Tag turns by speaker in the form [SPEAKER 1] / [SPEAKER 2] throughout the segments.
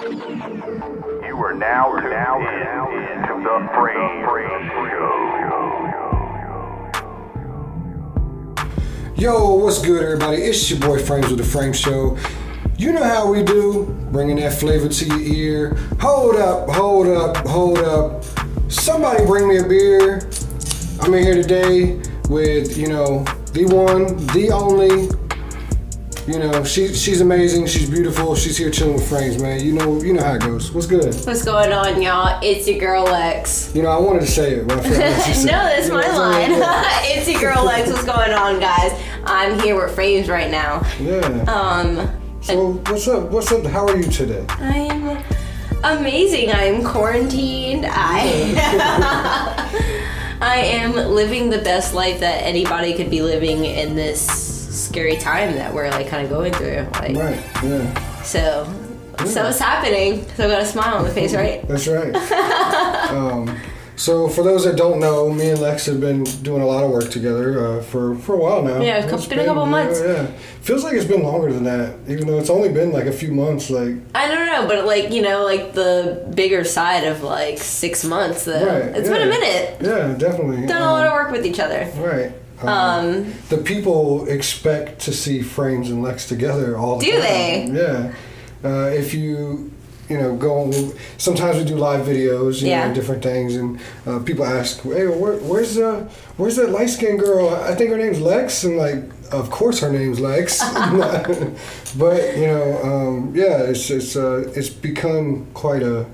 [SPEAKER 1] You are now tuned in to the Brave Show.
[SPEAKER 2] Yo, what's good, everybody? It's your boy Frames with the Frame Show. You know how we do, bringing that flavor to your ear. Hold up, hold up, hold up. Somebody bring me a beer. I'm in here today with, you know, the one, the only. You know, she, she's amazing. She's beautiful. She's here chilling with Frames, man. You know, you know how it goes. What's good?
[SPEAKER 3] What's going on, y'all? It's your girl Lex.
[SPEAKER 2] You know, I wanted to say it, but I forgot
[SPEAKER 3] no,
[SPEAKER 2] what you said.
[SPEAKER 3] that's
[SPEAKER 2] You know
[SPEAKER 3] my
[SPEAKER 2] what I'm
[SPEAKER 3] line.
[SPEAKER 2] saying?
[SPEAKER 3] it's your girl Lex. What's going on, guys? I'm here with Frames right now.
[SPEAKER 2] Yeah.
[SPEAKER 3] Um,
[SPEAKER 2] so what's up? What's up? How are you today?
[SPEAKER 3] I'm amazing. I'm quarantined. I I am living the best life that anybody could be living in this scary time that we're like kind of going through. Like,
[SPEAKER 2] Right. Yeah.
[SPEAKER 3] so, so it's happening. So I got a smile on the face, right?
[SPEAKER 2] That's right. um, so for those that don't know, me and Lex have been doing a lot of work together uh, for for a while now.
[SPEAKER 3] Yeah, it's
[SPEAKER 2] It's
[SPEAKER 3] been a couple months.
[SPEAKER 2] Yeah, yeah. feels like it's been longer than that, even though it's only been like a few months. Like
[SPEAKER 3] I don't know, but like you know, like the bigger side of like six months. Though.
[SPEAKER 2] Right,
[SPEAKER 3] Uh, It's
[SPEAKER 2] yeah.
[SPEAKER 3] been a minute.
[SPEAKER 2] yeah, definitely.
[SPEAKER 3] Done a lot of work with each other.
[SPEAKER 2] Um, Right. Um,
[SPEAKER 3] Um,
[SPEAKER 2] the people expect to see frames and Lex together all the
[SPEAKER 3] Do
[SPEAKER 2] time.
[SPEAKER 3] they?
[SPEAKER 2] Yeah. Uh, if you you know go sometimes we do live videos you know,
[SPEAKER 3] Yeah.
[SPEAKER 2] and different things and uh, people ask hey where, where's uh where's that light skinned girl I think her name's Lex and like of course her name's Lex but you know um, yeah it's it's uh, it's become quite a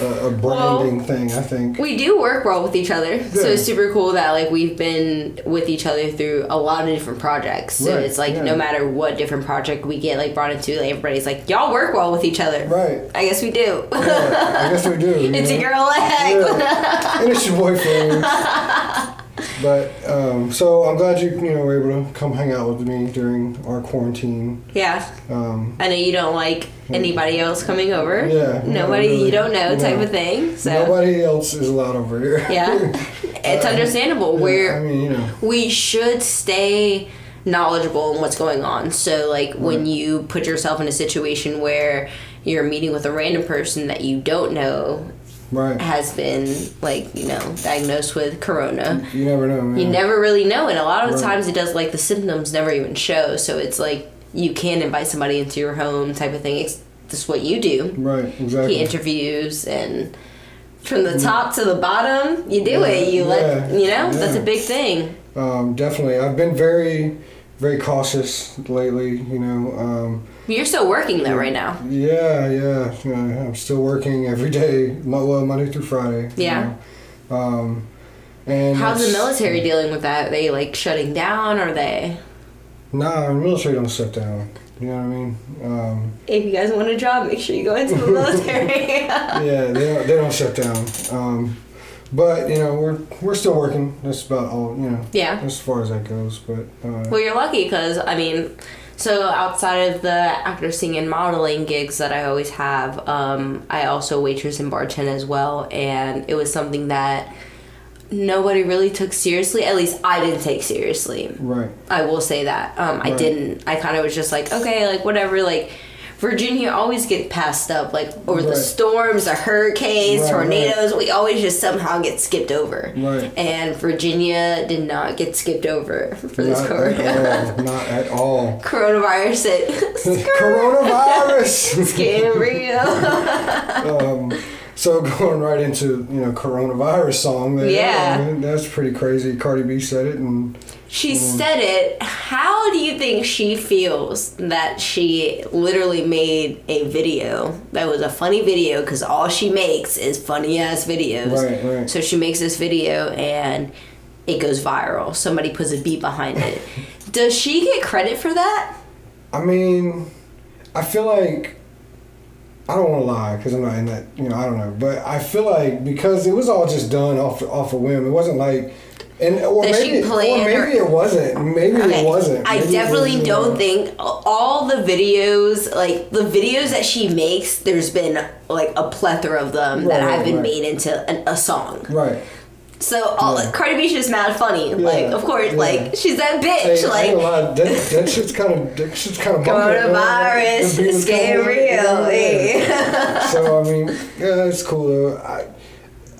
[SPEAKER 2] a, a branding thing I think
[SPEAKER 3] we do work well with each other, so
[SPEAKER 2] Yeah.
[SPEAKER 3] it's super cool that like we've been with each other through a lot of different projects. So
[SPEAKER 2] Right,
[SPEAKER 3] it's like
[SPEAKER 2] yeah.
[SPEAKER 3] no matter what different project we get like brought into, like, everybody's like, y'all work well with each other.
[SPEAKER 2] right
[SPEAKER 3] I guess we do.
[SPEAKER 2] yeah, I guess we do you
[SPEAKER 3] it's
[SPEAKER 2] know?
[SPEAKER 3] a girl leg.
[SPEAKER 2] Yeah. and it's your boyfriend. but um, so I'm glad you you know were able to come hang out with me during our quarantine.
[SPEAKER 3] yeah.
[SPEAKER 2] Um,
[SPEAKER 3] I know you don't like anybody else coming over.
[SPEAKER 2] Yeah, not
[SPEAKER 3] Nobody
[SPEAKER 2] really.
[SPEAKER 3] you don't know type
[SPEAKER 2] No.
[SPEAKER 3] of thing. So
[SPEAKER 2] Nobody else is allowed over here.
[SPEAKER 3] Yeah. It's understandable. We're
[SPEAKER 2] I mean, you know,
[SPEAKER 3] we should stay knowledgeable in what's going on. So like when you put yourself in a situation where you're meeting with a random person that you don't know
[SPEAKER 2] right?
[SPEAKER 3] has been like, you know, diagnosed with corona.
[SPEAKER 2] You never know, man.
[SPEAKER 3] You never really know and a lot of the
[SPEAKER 2] Mm-hmm. Right.
[SPEAKER 3] times it does like the symptoms never even show. So it's like you can invite somebody into your home type of thing. It's just what you do
[SPEAKER 2] Right, exactly.
[SPEAKER 3] he interviews and from the top to the bottom you do it you let
[SPEAKER 2] Yeah.
[SPEAKER 3] you know that's a
[SPEAKER 2] Yeah.
[SPEAKER 3] big thing
[SPEAKER 2] um, definitely, I've been very, very cautious lately. You know, um,
[SPEAKER 3] you're still working though right now
[SPEAKER 2] Yeah, yeah. yeah, I'm still working every day, mo- well, Monday through Friday. you
[SPEAKER 3] Yeah.
[SPEAKER 2] know. Um, and
[SPEAKER 3] how's the
[SPEAKER 2] it's-
[SPEAKER 3] military dealing with that are they like shutting down are they
[SPEAKER 2] Nah, the military don't shut down. You know what I mean? Um,
[SPEAKER 3] if you guys want a job make sure you go into the military
[SPEAKER 2] yeah, they don't, they don't shut down. Um, but you know, we're we're still working. That's about all. You know,
[SPEAKER 3] yeah
[SPEAKER 2] as far as that goes. But uh,
[SPEAKER 3] well you're lucky because i mean so outside of the acting and modeling gigs that i always have um, i also waitress and bartend as well and it was something that nobody really took seriously at least i didn't take seriously
[SPEAKER 2] right,
[SPEAKER 3] I will say that. Um, I
[SPEAKER 2] Right.
[SPEAKER 3] didn't. I kind of was just like, okay, like whatever. Like Virginia always get passed up, like over the
[SPEAKER 2] Right.
[SPEAKER 3] storms, the hurricanes,
[SPEAKER 2] Right,
[SPEAKER 3] tornadoes. We always just somehow get skipped over.
[SPEAKER 2] Right.
[SPEAKER 3] And Virginia did not get skipped over for this
[SPEAKER 2] not
[SPEAKER 3] corona.
[SPEAKER 2] at all. Not at all.
[SPEAKER 3] coronavirus. It
[SPEAKER 2] Coronavirus.
[SPEAKER 3] scam real.
[SPEAKER 2] um, so going right into you know coronavirus song. That,
[SPEAKER 3] Yeah.
[SPEAKER 2] man, that's pretty crazy. Cardi B said it, and
[SPEAKER 3] She said it. How do you think she feels that she literally made a video that was a funny video because all she makes is funny ass videos?
[SPEAKER 2] Right, right.
[SPEAKER 3] So she makes this video and it goes viral. Somebody puts a beat behind it. Does she get credit for that?
[SPEAKER 2] I mean, I feel like I don't want to lie because I'm not in that. You know, I don't know, but I feel like because it was all just done off off a whim. It wasn't like. And, or
[SPEAKER 3] That she
[SPEAKER 2] maybe, or
[SPEAKER 3] planned her-
[SPEAKER 2] maybe it wasn't. Maybe it wasn't.
[SPEAKER 3] I
[SPEAKER 2] Maybe it
[SPEAKER 3] definitely
[SPEAKER 2] was, you
[SPEAKER 3] don't
[SPEAKER 2] know,
[SPEAKER 3] think all the videos, like the videos that she makes, there's been like a plethora of them
[SPEAKER 2] Right,
[SPEAKER 3] that have
[SPEAKER 2] right,
[SPEAKER 3] been
[SPEAKER 2] right.
[SPEAKER 3] made into an, a song.
[SPEAKER 2] Right.
[SPEAKER 3] So all
[SPEAKER 2] Yeah.
[SPEAKER 3] Cardi B is just mad funny. Like, of course,
[SPEAKER 2] yeah.
[SPEAKER 3] like she's that bitch.
[SPEAKER 2] Hey, I
[SPEAKER 3] like,
[SPEAKER 2] ain't gonna lie, that, that shit's kind of that shit's kind of
[SPEAKER 3] Coronavirus, it's getting real. eh?
[SPEAKER 2] so I mean, yeah, it's cool though. I,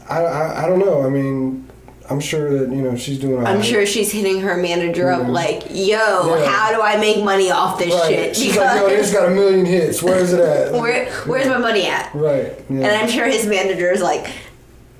[SPEAKER 2] I, I, I don't know. I mean, I'm sure that you know she's doing. all
[SPEAKER 3] I'm
[SPEAKER 2] right.
[SPEAKER 3] sure she's hitting her manager up like, "Yo, how do I make money off this
[SPEAKER 2] Mm-hmm. Right.
[SPEAKER 3] shit?
[SPEAKER 2] She's like, yo, this got a million hits. Where is it at?
[SPEAKER 3] where, where's my money at?"
[SPEAKER 2] right. Yeah.
[SPEAKER 3] And I'm sure his manager is like,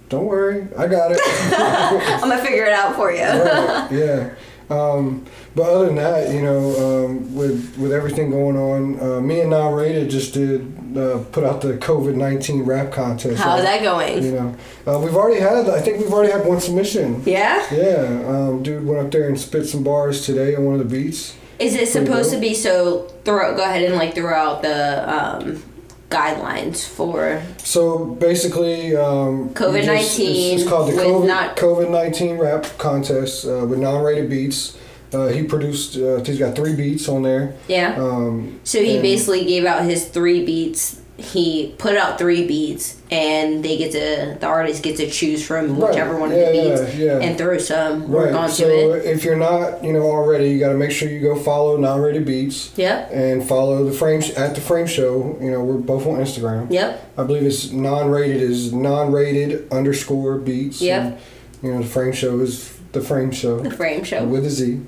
[SPEAKER 2] don't worry, I got it.
[SPEAKER 3] "I'm gonna figure it out for you."
[SPEAKER 2] Right, yeah. Um, but other than that, you know, um, with with everything going on, uh, me and Narada just did uh, put out the COVID nineteen rap contest. Uh,
[SPEAKER 3] How's that going?
[SPEAKER 2] You know, uh, we've already had. I think we've already had one submission.
[SPEAKER 3] Yeah.
[SPEAKER 2] Yeah, um, dude went up there and spit some bars today on one of the beats.
[SPEAKER 3] Is it supposed
[SPEAKER 2] dope.
[SPEAKER 3] to be so? Throw go ahead and like throw out the um, guidelines for
[SPEAKER 2] So basically, um, we just- it's- It's,
[SPEAKER 3] COVID-19
[SPEAKER 2] called the
[SPEAKER 3] with
[SPEAKER 2] COVID
[SPEAKER 3] not-
[SPEAKER 2] COVID nineteen rap contest uh, with non-rated beats. Uh, he produced. Uh, he's got three beats on there.
[SPEAKER 3] yeah.
[SPEAKER 2] Um,
[SPEAKER 3] So he
[SPEAKER 2] And-
[SPEAKER 3] basically gave out his three beats. He put out three beats, and they get to the artist gets to choose from
[SPEAKER 2] Right.
[SPEAKER 3] whichever one
[SPEAKER 2] Yeah,
[SPEAKER 3] of the beats
[SPEAKER 2] yeah, yeah.
[SPEAKER 3] and throw some work
[SPEAKER 2] right.
[SPEAKER 3] onto
[SPEAKER 2] So
[SPEAKER 3] it.
[SPEAKER 2] if you're not, you know, already, you got to make sure you go follow non-rated beats.
[SPEAKER 3] Yep,
[SPEAKER 2] And follow the frame sh- at the frame show. You know, we're both on Instagram.
[SPEAKER 3] yep,
[SPEAKER 2] I believe it's non-rated is non-rated underscore beats.
[SPEAKER 3] Yep.
[SPEAKER 2] And, you know, the frame show is the frame show
[SPEAKER 3] the frame show.
[SPEAKER 2] with a Z.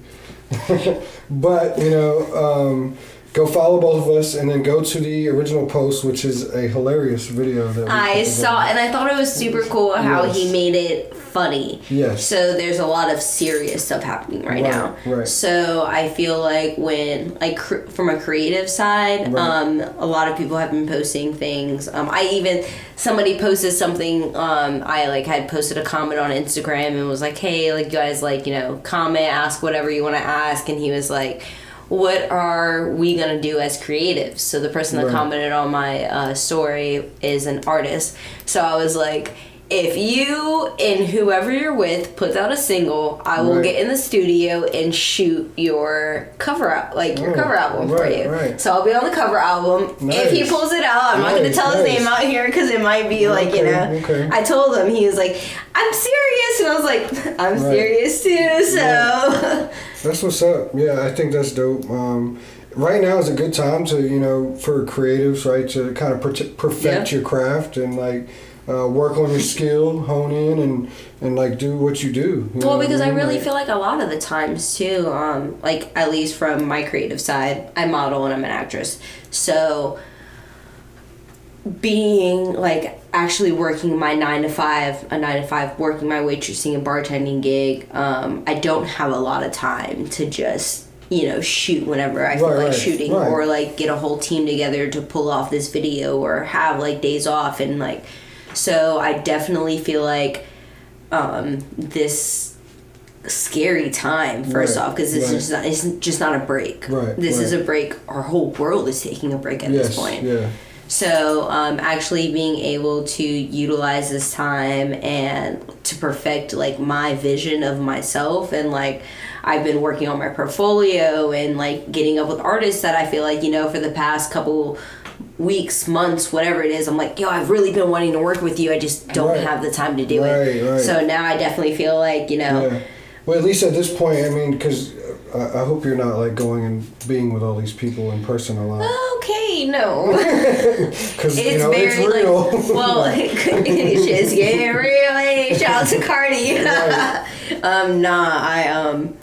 [SPEAKER 2] but you know, um, go follow both of us, and then go to the original post, which is a hilarious video that we put
[SPEAKER 3] I
[SPEAKER 2] together.
[SPEAKER 3] saw, and I thought it was super cool how
[SPEAKER 2] Yes.
[SPEAKER 3] he made it funny.
[SPEAKER 2] Yes.
[SPEAKER 3] So there's a lot of serious stuff happening
[SPEAKER 2] Right,
[SPEAKER 3] right, now.
[SPEAKER 2] right.
[SPEAKER 3] So I feel like when like cr- from a creative side,
[SPEAKER 2] Right.
[SPEAKER 3] um, a lot of people have been posting things. Um, I even somebody posted something. Um, I like had posted a comment on Instagram and was like, "Hey, like you guys, like you know, comment, ask whatever you want to ask." And he was like. What are we gonna do as creatives? So the person that
[SPEAKER 2] Right.
[SPEAKER 3] commented on my uh, story is an artist. So I was like, if you and whoever you're with puts out a single, I will
[SPEAKER 2] Right.
[SPEAKER 3] get in the studio and shoot your cover up, like your
[SPEAKER 2] Oh,
[SPEAKER 3] cover album for
[SPEAKER 2] right,
[SPEAKER 3] you.
[SPEAKER 2] right.
[SPEAKER 3] So I'll be on the cover album. If he
[SPEAKER 2] Nice.
[SPEAKER 3] pulls it out, I'm not gonna
[SPEAKER 2] Nice,
[SPEAKER 3] tell his
[SPEAKER 2] nice.
[SPEAKER 3] name out here because it might be like you
[SPEAKER 2] Okay,
[SPEAKER 3] know.
[SPEAKER 2] okay.
[SPEAKER 3] I told him he was like, "I'm serious," and I was like, "I'm
[SPEAKER 2] Right.
[SPEAKER 3] serious too." So
[SPEAKER 2] That's what's up. Yeah, I think that's dope. Um, right now is a good time to you know for creatives, right, to kind of prote- perfect
[SPEAKER 3] Yeah.
[SPEAKER 2] your craft and like uh, work on your skill, hone in, and and like do what you do. you know
[SPEAKER 3] Well,
[SPEAKER 2] what
[SPEAKER 3] because I
[SPEAKER 2] mean?
[SPEAKER 3] really
[SPEAKER 2] Like,
[SPEAKER 3] feel like a lot of the times too, um, like at least from my creative side, I model and I'm an actress. So being like actually working my nine to five, a nine to five, working my waitressing and bartending gig, um, I don't have a lot of time to just you know shoot whenever I feel
[SPEAKER 2] Right,
[SPEAKER 3] like
[SPEAKER 2] right,
[SPEAKER 3] shooting
[SPEAKER 2] right.
[SPEAKER 3] or like get a whole team together to pull off this video or have like days off and like so I definitely feel like um, this scary time first
[SPEAKER 2] Right,
[SPEAKER 3] off because this
[SPEAKER 2] right.
[SPEAKER 3] is not, it's just not a break
[SPEAKER 2] Right,
[SPEAKER 3] this is
[SPEAKER 2] right.
[SPEAKER 3] a break our whole world is taking a break at this
[SPEAKER 2] yes,
[SPEAKER 3] point
[SPEAKER 2] yeah,
[SPEAKER 3] so um, actually being able to utilize this time and to perfect like my vision of myself and like I've been working on my portfolio and like getting up with artists that I feel like you know for the past couple weeks, months, whatever it is, I'm like, yo, I've really been wanting to work with you. I just don't
[SPEAKER 2] Right.
[SPEAKER 3] have the time to do it.
[SPEAKER 2] Right, right.
[SPEAKER 3] So now I definitely feel like you know.
[SPEAKER 2] yeah. Well, at least at this point, I mean, because I, I hope you're not like going and being with all these people in person a lot.
[SPEAKER 3] Okay, no.
[SPEAKER 2] Because
[SPEAKER 3] It's
[SPEAKER 2] you know
[SPEAKER 3] very
[SPEAKER 2] it's real.
[SPEAKER 3] like well, it's getting real. Hey, shout out to Cardi.
[SPEAKER 2] Right.
[SPEAKER 3] um, nah, I um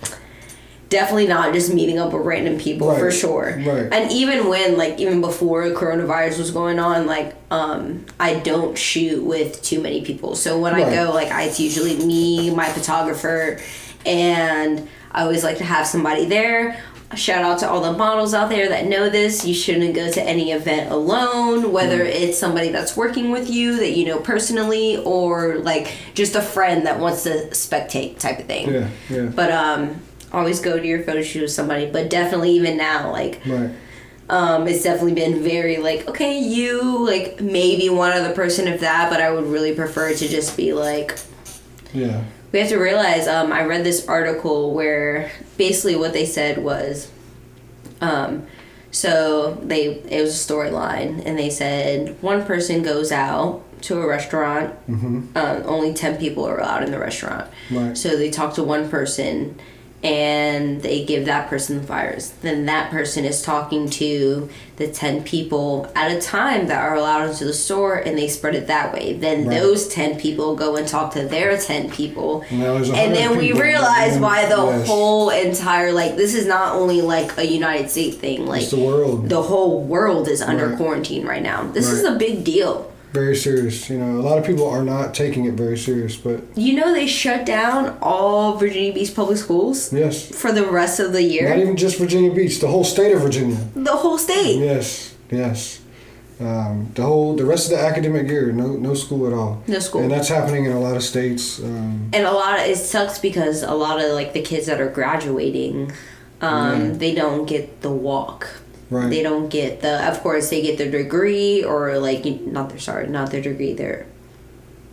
[SPEAKER 3] definitely not just meeting up with random people for
[SPEAKER 2] Right.
[SPEAKER 3] sure.
[SPEAKER 2] Right.
[SPEAKER 3] And even when like even before coronavirus was going on, like um I don't shoot with too many people. So when I
[SPEAKER 2] Right.
[SPEAKER 3] go, like I, it's usually me, my photographer, and I always like to have somebody there. Shout out to all the models out there that know this. You shouldn't go to any event alone, whether
[SPEAKER 2] Mm.
[SPEAKER 3] it's somebody that's working with you that you know personally or like just a friend that wants to spectate type of thing.
[SPEAKER 2] yeah, yeah,
[SPEAKER 3] But um, always go to your photo shoot with somebody. But definitely, even now, like
[SPEAKER 2] right.
[SPEAKER 3] um, it's definitely been very like okay, you like maybe one other person if that. But I would really prefer to just be like
[SPEAKER 2] Yeah,
[SPEAKER 3] we have to realize um, i read this article where basically what they said was um, so they it was a storyline and they said one person goes out to a restaurant. Um, only 10 people are allowed in the restaurant.
[SPEAKER 2] Right.
[SPEAKER 3] So they talk to one person and they give that person the flyers. Then that person is talking to the 10 people at a time that are allowed into the store and they spread it that way. Then
[SPEAKER 2] Right.
[SPEAKER 3] those 10 people go and talk to their 10 people.
[SPEAKER 2] Now there's a
[SPEAKER 3] and then
[SPEAKER 2] hundred
[SPEAKER 3] we
[SPEAKER 2] people in that
[SPEAKER 3] realize
[SPEAKER 2] room.
[SPEAKER 3] why the
[SPEAKER 2] Yes.
[SPEAKER 3] whole entire, like, this is not only like a United States thing. Like,
[SPEAKER 2] It's the world.
[SPEAKER 3] the whole world is under
[SPEAKER 2] Right.
[SPEAKER 3] quarantine right now. This is
[SPEAKER 2] Right.
[SPEAKER 3] a big deal.
[SPEAKER 2] Very serious. You know, a lot of people are not taking it very serious, but
[SPEAKER 3] You know they shut down all Virginia Beach public schools
[SPEAKER 2] yes.
[SPEAKER 3] for the rest of the
[SPEAKER 2] Not
[SPEAKER 3] year.
[SPEAKER 2] even just Virginia Beach, the whole state of Virginia.
[SPEAKER 3] the whole state.
[SPEAKER 2] Yes, yes. Um, the whole, the rest of the academic year, no, no school at all.
[SPEAKER 3] No school.
[SPEAKER 2] And that's happening in a lot of states. Um,
[SPEAKER 3] And a lot of it sucks because a lot of like the kids that are graduating, um, they don't get the walk.
[SPEAKER 2] Right.
[SPEAKER 3] They don't get the. Of course, they get their degree or like not their sorry, not their degree, their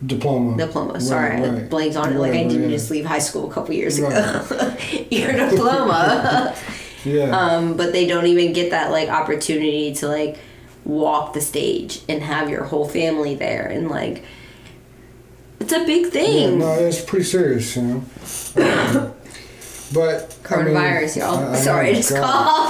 [SPEAKER 2] diploma.
[SPEAKER 3] diploma.
[SPEAKER 2] Right,
[SPEAKER 3] Sorry, I
[SPEAKER 2] right.
[SPEAKER 3] blanked on it. Like I
[SPEAKER 2] Whatever,
[SPEAKER 3] didn't
[SPEAKER 2] yeah.
[SPEAKER 3] just leave high school a couple years
[SPEAKER 2] Right.
[SPEAKER 3] ago. Your diploma.
[SPEAKER 2] Yeah.
[SPEAKER 3] um, but they don't even get that like opportunity to like walk the stage and have your whole family there and like it's a big
[SPEAKER 2] Yeah,
[SPEAKER 3] thing
[SPEAKER 2] no, it's pretty serious, you know. Um, but
[SPEAKER 3] coronavirus
[SPEAKER 2] I mean,
[SPEAKER 3] y'all
[SPEAKER 2] I- I know,
[SPEAKER 3] sorry i just
[SPEAKER 2] God.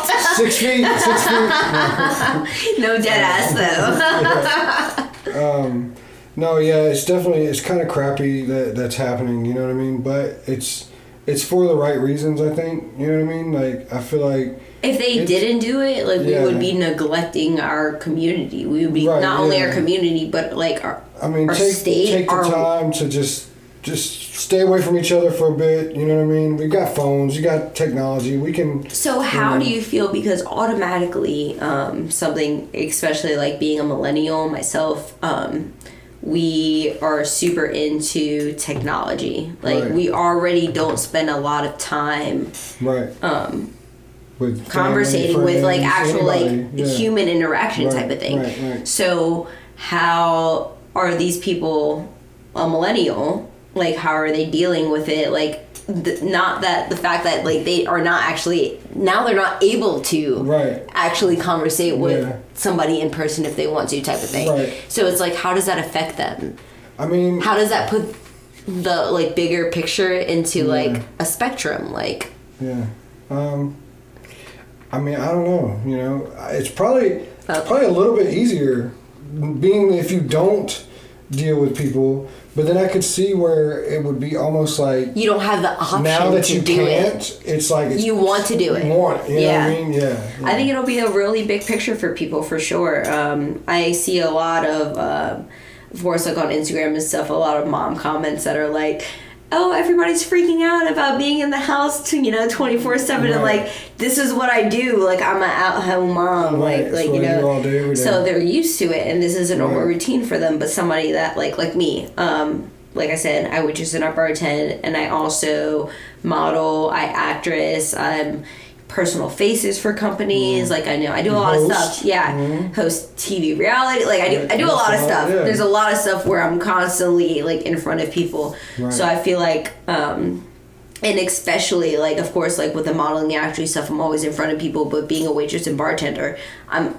[SPEAKER 3] coughed
[SPEAKER 2] Six feet, six feet.
[SPEAKER 3] no dead ass though
[SPEAKER 2] No, no, yeah, it's definitely it's kind of crappy that that's happening. You know what I mean? But it's it's for the right reasons, I think. You know what I mean? Like I feel like
[SPEAKER 3] if they
[SPEAKER 2] It's-
[SPEAKER 3] didn't do it like
[SPEAKER 2] Yeah.
[SPEAKER 3] we would be neglecting our community we would be
[SPEAKER 2] Right,
[SPEAKER 3] not only our
[SPEAKER 2] yeah.
[SPEAKER 3] community but like our
[SPEAKER 2] I mean,
[SPEAKER 3] our
[SPEAKER 2] take
[SPEAKER 3] state
[SPEAKER 2] take the
[SPEAKER 3] our
[SPEAKER 2] time to just just stay away from each other for a bit. You know what I mean? We got phones, you got technology. We can
[SPEAKER 3] So how
[SPEAKER 2] Yeah.
[SPEAKER 3] do you feel? Because automatically, um, something, especially like being a millennial myself, um, we are super into technology. Like
[SPEAKER 2] Right.
[SPEAKER 3] we already don't spend a lot of time
[SPEAKER 2] right
[SPEAKER 3] um,
[SPEAKER 2] with family,
[SPEAKER 3] conversating with like
[SPEAKER 2] friends,
[SPEAKER 3] actual like
[SPEAKER 2] anybody. Yeah.
[SPEAKER 3] human interaction
[SPEAKER 2] Right,
[SPEAKER 3] type of thing.
[SPEAKER 2] right, right.
[SPEAKER 3] So how are these people a millennial? Like how are they dealing with it? Like th- not that the fact that like they are not actually now they're not able to
[SPEAKER 2] Right.
[SPEAKER 3] actually conversate with
[SPEAKER 2] Yeah.
[SPEAKER 3] somebody in person if they want to type of thing.
[SPEAKER 2] Right.
[SPEAKER 3] So it's like how does that affect them?
[SPEAKER 2] I mean,
[SPEAKER 3] How does that put the like bigger picture into
[SPEAKER 2] Yeah.
[SPEAKER 3] like a spectrum like
[SPEAKER 2] Yeah. Um, I mean, I don't know. You know, I- it's probably
[SPEAKER 3] Uh,
[SPEAKER 2] probably a little bit easier being if you don't deal with people. But then I could see where it would be almost like
[SPEAKER 3] you don't have the option
[SPEAKER 2] now that
[SPEAKER 3] to
[SPEAKER 2] you
[SPEAKER 3] do it.
[SPEAKER 2] can't, it's like it's,
[SPEAKER 3] you want to do it.
[SPEAKER 2] you want it. You
[SPEAKER 3] yeah.
[SPEAKER 2] know what I mean? Yeah.
[SPEAKER 3] I think it'll be a really big picture for people for sure. Um, I see a lot of, um, of course, like on Instagram and stuff, a lot of mom comments that are like, "Oh, everybody's freaking out about being in the house, to, you know, twenty four seven, and
[SPEAKER 2] Right.
[SPEAKER 3] like this is what I do. Like I'm an out home
[SPEAKER 2] Right,
[SPEAKER 3] mom, like
[SPEAKER 2] it's
[SPEAKER 3] like
[SPEAKER 2] what
[SPEAKER 3] you
[SPEAKER 2] I do all
[SPEAKER 3] know."
[SPEAKER 2] day, every
[SPEAKER 3] So
[SPEAKER 2] day.
[SPEAKER 3] they're used to it, and this is a normal
[SPEAKER 2] Right.
[SPEAKER 3] routine for them. But somebody that like like me, um, like I said, I waitress and I bartend, and I also model, I actress, I'm personal faces for companies. Like I know I do a lot of
[SPEAKER 2] Mm. host. Mm-hmm.
[SPEAKER 3] stuff. Yeah, host TV reality. Like I do, I do a lot of
[SPEAKER 2] That's a lot,
[SPEAKER 3] stuff.
[SPEAKER 2] yeah.
[SPEAKER 3] There's a lot of stuff where I'm constantly like in front of people.
[SPEAKER 2] Right.
[SPEAKER 3] So I feel like. um and especially like of course like with the modeling the acting stuff i'm always in front of people but being a waitress and bartender i'm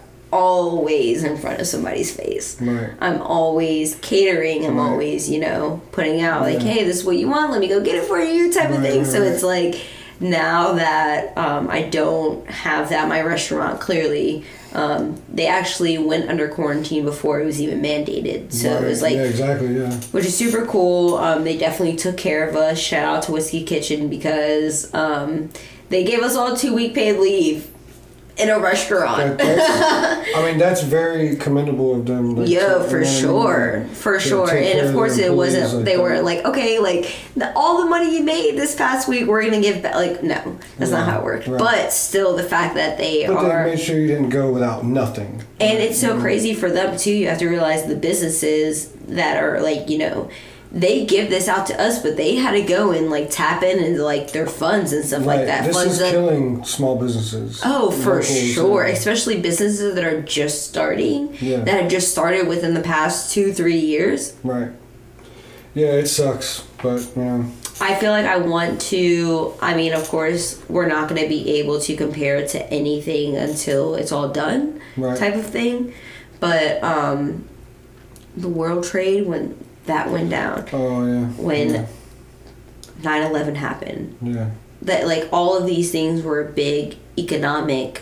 [SPEAKER 3] always in front of somebody's face
[SPEAKER 2] Right.
[SPEAKER 3] i'm always catering i'm
[SPEAKER 2] Right.
[SPEAKER 3] always you know putting out like hey this is what you want let me go get it for you type of
[SPEAKER 2] Right,
[SPEAKER 3] thing
[SPEAKER 2] right,
[SPEAKER 3] so
[SPEAKER 2] right.
[SPEAKER 3] it's like now that um, i don't have that my restaurant clearly um, they actually went under quarantine before it was even mandated so it was
[SPEAKER 2] Right.
[SPEAKER 3] like
[SPEAKER 2] yeah, exactly, yeah.
[SPEAKER 3] which is super cool. Um, they definitely took care of us. Shout out to Whiskey Kitchen because um, they gave us all two week paid leave in a
[SPEAKER 2] That-
[SPEAKER 3] restaurant.
[SPEAKER 2] that's- I mean, that's very commendable of them. Like, you know
[SPEAKER 3] Yeah,
[SPEAKER 2] what I
[SPEAKER 3] for
[SPEAKER 2] mean?
[SPEAKER 3] sure, for
[SPEAKER 2] To
[SPEAKER 3] sure.
[SPEAKER 2] take care
[SPEAKER 3] And of
[SPEAKER 2] their
[SPEAKER 3] course, it
[SPEAKER 2] employees
[SPEAKER 3] wasn't. they
[SPEAKER 2] that.
[SPEAKER 3] were like, okay, like the, all the money you made this past week, we're gonna give back. Like, no, that's
[SPEAKER 2] Yeah,
[SPEAKER 3] not how it worked.
[SPEAKER 2] right.
[SPEAKER 3] But still, the fact that they
[SPEAKER 2] But
[SPEAKER 3] are.
[SPEAKER 2] they made sure you didn't go without nothing.
[SPEAKER 3] And it's so crazy for them too. You have to realize the businesses that are like, you know, they give this out to us, but they had to go and like tap in into like their funds and stuff like
[SPEAKER 2] Right,
[SPEAKER 3] that.
[SPEAKER 2] This
[SPEAKER 3] funds
[SPEAKER 2] is
[SPEAKER 3] that
[SPEAKER 2] killing small businesses.
[SPEAKER 3] Oh, for
[SPEAKER 2] Locals,
[SPEAKER 3] sure.
[SPEAKER 2] yeah.
[SPEAKER 3] Especially businesses that are just starting,
[SPEAKER 2] Yeah.
[SPEAKER 3] that have just started within the past two, three years.
[SPEAKER 2] Right. Yeah, it sucks, but you know,
[SPEAKER 3] I feel like I want to. I mean, of course, we're not going to be able to compare it to anything until it's all done,
[SPEAKER 2] Right.
[SPEAKER 3] type of thing. But um, the World Trade when that went down,
[SPEAKER 2] Oh yeah.
[SPEAKER 3] when
[SPEAKER 2] yeah.
[SPEAKER 3] 9/11 happened.
[SPEAKER 2] yeah.
[SPEAKER 3] That like all of these things were a big economic,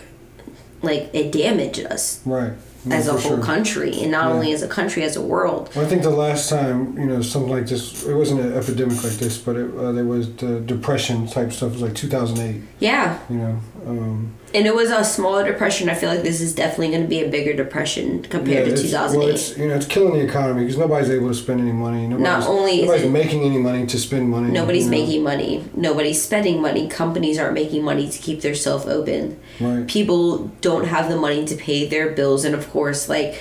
[SPEAKER 3] like it damaged us
[SPEAKER 2] Right. No,
[SPEAKER 3] as a
[SPEAKER 2] for
[SPEAKER 3] whole
[SPEAKER 2] sure.
[SPEAKER 3] country, and not
[SPEAKER 2] Yeah.
[SPEAKER 3] only as a country, as a world.
[SPEAKER 2] Well, I think the last time you know something like this, it wasn't an epidemic like this, but it, uh, there was the depression type stuff. It was like 2008.
[SPEAKER 3] Yeah,
[SPEAKER 2] You know. Um,
[SPEAKER 3] and it was a smaller depression. I feel like this is definitely going to be a bigger depression compared to
[SPEAKER 2] it's-
[SPEAKER 3] 2008.
[SPEAKER 2] Well, it's you know it's killing the economy because nobody's able to spend any money. Nobody's,
[SPEAKER 3] only is
[SPEAKER 2] nobody's
[SPEAKER 3] it-
[SPEAKER 2] making any money to spend money.
[SPEAKER 3] Nobody's
[SPEAKER 2] you know.
[SPEAKER 3] making money. Nobody's spending money. Companies aren't making money to keep themselves open.
[SPEAKER 2] Right.
[SPEAKER 3] People don't have the money to pay their bills, and of course, like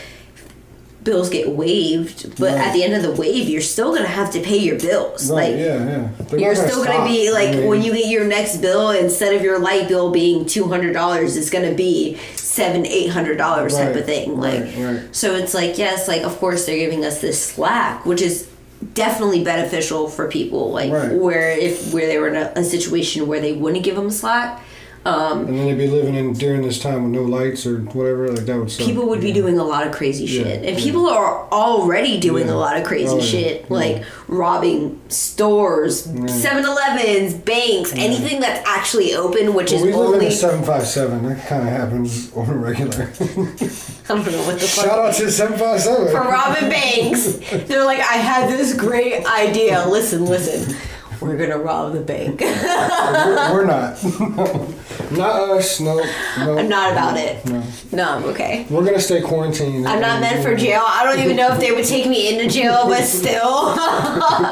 [SPEAKER 3] bills get waived. But
[SPEAKER 2] Right.
[SPEAKER 3] at the end of the wave, you're still gonna have to pay your bills.
[SPEAKER 2] Right.
[SPEAKER 3] like
[SPEAKER 2] yeah. Yeah. They're not
[SPEAKER 3] you're still gonna
[SPEAKER 2] stop.
[SPEAKER 3] be like
[SPEAKER 2] I mean,
[SPEAKER 3] when you get your next bill, instead of your light bill being two hundred dollars, it's gonna be seven, eight hundred dollars type
[SPEAKER 2] Right,
[SPEAKER 3] of thing. Like
[SPEAKER 2] right, right.
[SPEAKER 3] so it's like yes, like of course they're giving us this slack, which is definitely beneficial for people. Like
[SPEAKER 2] Right.
[SPEAKER 3] where if where they were in a, a situation where they wouldn't give them slack,
[SPEAKER 2] And then they'd be living in during this time with no lights or whatever. Like that would suck.
[SPEAKER 3] people would be doing a lot of crazy shit. And people are already doing
[SPEAKER 2] Yeah.
[SPEAKER 3] a lot of crazy
[SPEAKER 2] Oh, yeah.
[SPEAKER 3] shit, like robbing stores, 7 Elevens, banks, anything that's actually open, which
[SPEAKER 2] Well, we
[SPEAKER 3] is
[SPEAKER 2] live
[SPEAKER 3] only.
[SPEAKER 2] in a 757. That kind of happens on a regular.
[SPEAKER 3] I don't know what the fuck.
[SPEAKER 2] Shout out to 757.
[SPEAKER 3] For Robin Banks, they're like, I had this great idea. Listen, listen. We're gonna rob the bank.
[SPEAKER 2] we're, we're not. not us. No. no
[SPEAKER 3] I'm not about it.
[SPEAKER 2] No.
[SPEAKER 3] No, I'm okay.
[SPEAKER 2] We're gonna stay quarantined.
[SPEAKER 3] I'm not meant for jail. I don't even know if they would take me into jail, but still.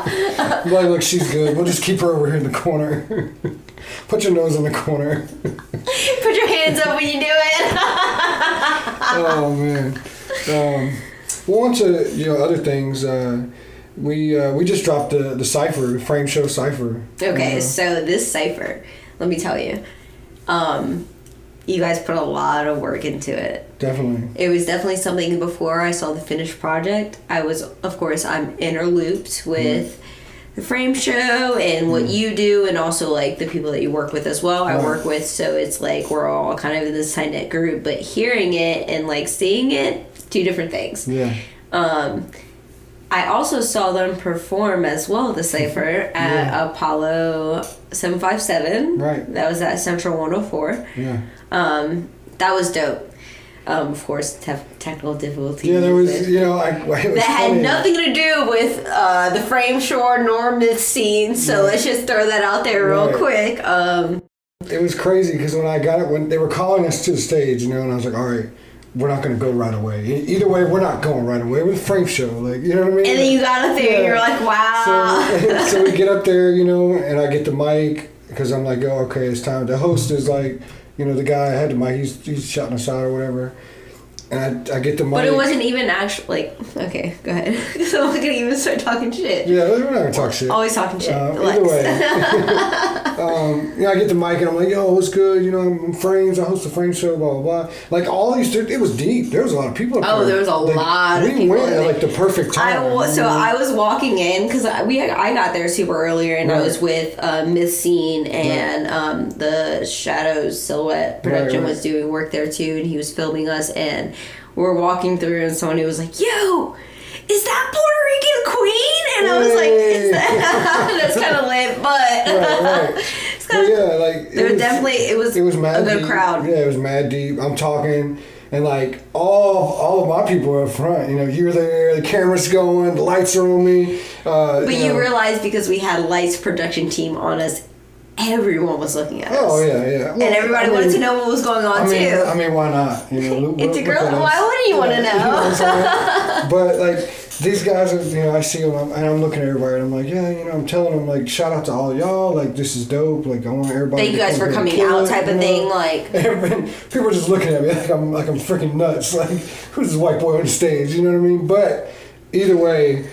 [SPEAKER 2] Like, look, she's good. We'll just keep her over here in the corner. Put your nose in the corner.
[SPEAKER 3] Put your hands up when you do it.
[SPEAKER 2] oh man. Um, well, on to you know other things. Uh, we uh, we just dropped the the cipher, the frame show cipher.
[SPEAKER 3] Okay,
[SPEAKER 2] Uh,
[SPEAKER 3] so this cipher, let me tell you, um, you guys put a lot of work into it.
[SPEAKER 2] definitely.
[SPEAKER 3] It was definitely something before I saw the finished project. I was, of course, I'm
[SPEAKER 2] Mm-hmm.
[SPEAKER 3] interlooped with the frame show and what you do, and also like the people that you work with as well. I
[SPEAKER 2] Right.
[SPEAKER 3] work with, so it's like we're all kind of in this tight knit group. But hearing it and like seeing it, two different things.
[SPEAKER 2] Yeah.
[SPEAKER 3] Um, I also saw them perform as well the cipher at
[SPEAKER 2] Mm-hmm. Yeah.
[SPEAKER 3] Apollo 757.
[SPEAKER 2] Right.
[SPEAKER 3] That was at Central 104.
[SPEAKER 2] Yeah.
[SPEAKER 3] Um, that was dope. Um, of course, tef- technical difficulties.
[SPEAKER 2] Yeah. There was
[SPEAKER 3] and-
[SPEAKER 2] you know I. It was
[SPEAKER 3] that
[SPEAKER 2] funny.
[SPEAKER 3] had nothing to do with uh, the frame shore nor myth scene, so let's just throw that out there real
[SPEAKER 2] Right.
[SPEAKER 3] quick. Um,
[SPEAKER 2] It was crazy because when I got it, when they were calling us to the stage, you know, and I was like, all right. We're not gonna go right away. E- Either way, we're not going right away. We're the frame show, like you know what I mean.
[SPEAKER 3] and then you got up there and you're
[SPEAKER 2] Yeah.
[SPEAKER 3] like, wow.
[SPEAKER 2] so, so we get up there, you know, and I get the mic because I'm like, oh, okay, it's time. The host is like, you know, the guy I had the mic, he's, he's shouting us out or whatever. And I, I get the mic.
[SPEAKER 3] but it wasn't even actually like okay, go ahead. so I'm gonna even start talking shit.
[SPEAKER 2] Yeah, we're not going to talk shit.
[SPEAKER 3] Always talking shit.
[SPEAKER 2] Uh,
[SPEAKER 3] Lex.
[SPEAKER 2] either way, um, you know, I get the mic and I'm like, yo, what's good? You know, I'm, I'm Frames. I host the Frames show, blah blah blah. Like all these, it was deep. There was a lot of people. up
[SPEAKER 3] Oh, there was a
[SPEAKER 2] Like,
[SPEAKER 3] lot of
[SPEAKER 2] We
[SPEAKER 3] people
[SPEAKER 2] went at
[SPEAKER 3] there.
[SPEAKER 2] like the perfect
[SPEAKER 3] I
[SPEAKER 2] time.
[SPEAKER 3] wa- so
[SPEAKER 2] you know?
[SPEAKER 3] I was walking in because we had, I got there super earlier and I
[SPEAKER 2] Right.
[SPEAKER 3] was with uh, Miss Scene and um, the Shadows Silhouette production
[SPEAKER 2] right.
[SPEAKER 3] was doing work there too and he was filming us and we're walking through and someone who was like, "Yo, is that Puerto Rican Queen?" And I was like,
[SPEAKER 2] Yay.
[SPEAKER 3] is that- "That's kind of lit," but
[SPEAKER 2] right, right. But yeah, like it
[SPEAKER 3] There definitely- it was
[SPEAKER 2] mad
[SPEAKER 3] a good
[SPEAKER 2] deep.
[SPEAKER 3] crowd.
[SPEAKER 2] Yeah, it was mad deep. I'm talking, and like all all of my people are up front. You know, you're there. The camera's going. The lights are on me. Uh,
[SPEAKER 3] but
[SPEAKER 2] know.
[SPEAKER 3] you realize because we had lights production team on us, everyone was looking at us.
[SPEAKER 2] Oh yeah, yeah. Well,
[SPEAKER 3] And everybody
[SPEAKER 2] I
[SPEAKER 3] wanted to
[SPEAKER 2] mean-
[SPEAKER 3] know what was going on
[SPEAKER 2] I mean,
[SPEAKER 3] too.
[SPEAKER 2] I mean, why not? You know, look-
[SPEAKER 3] It's a
[SPEAKER 2] look
[SPEAKER 3] girl.
[SPEAKER 2] at us.
[SPEAKER 3] Why wouldn't you wanna
[SPEAKER 2] Yeah,
[SPEAKER 3] know?
[SPEAKER 2] what I'm saying? but like these guys, are, you know, I see them I'm- and I'm looking at everybody. and I'm like, yeah, you know, I'm telling them like, shout out to all y'all. Like this is dope. Like I want everybody.
[SPEAKER 3] Thank you
[SPEAKER 2] to
[SPEAKER 3] guys
[SPEAKER 2] come
[SPEAKER 3] for
[SPEAKER 2] to the
[SPEAKER 3] coming out
[SPEAKER 2] club,
[SPEAKER 3] type
[SPEAKER 2] you
[SPEAKER 3] of
[SPEAKER 2] know?
[SPEAKER 3] thing. Like
[SPEAKER 2] Everybody, people are just looking at me like I'm like I'm freaking nuts. Like who's this white boy on the stage? You know what I mean? But either way,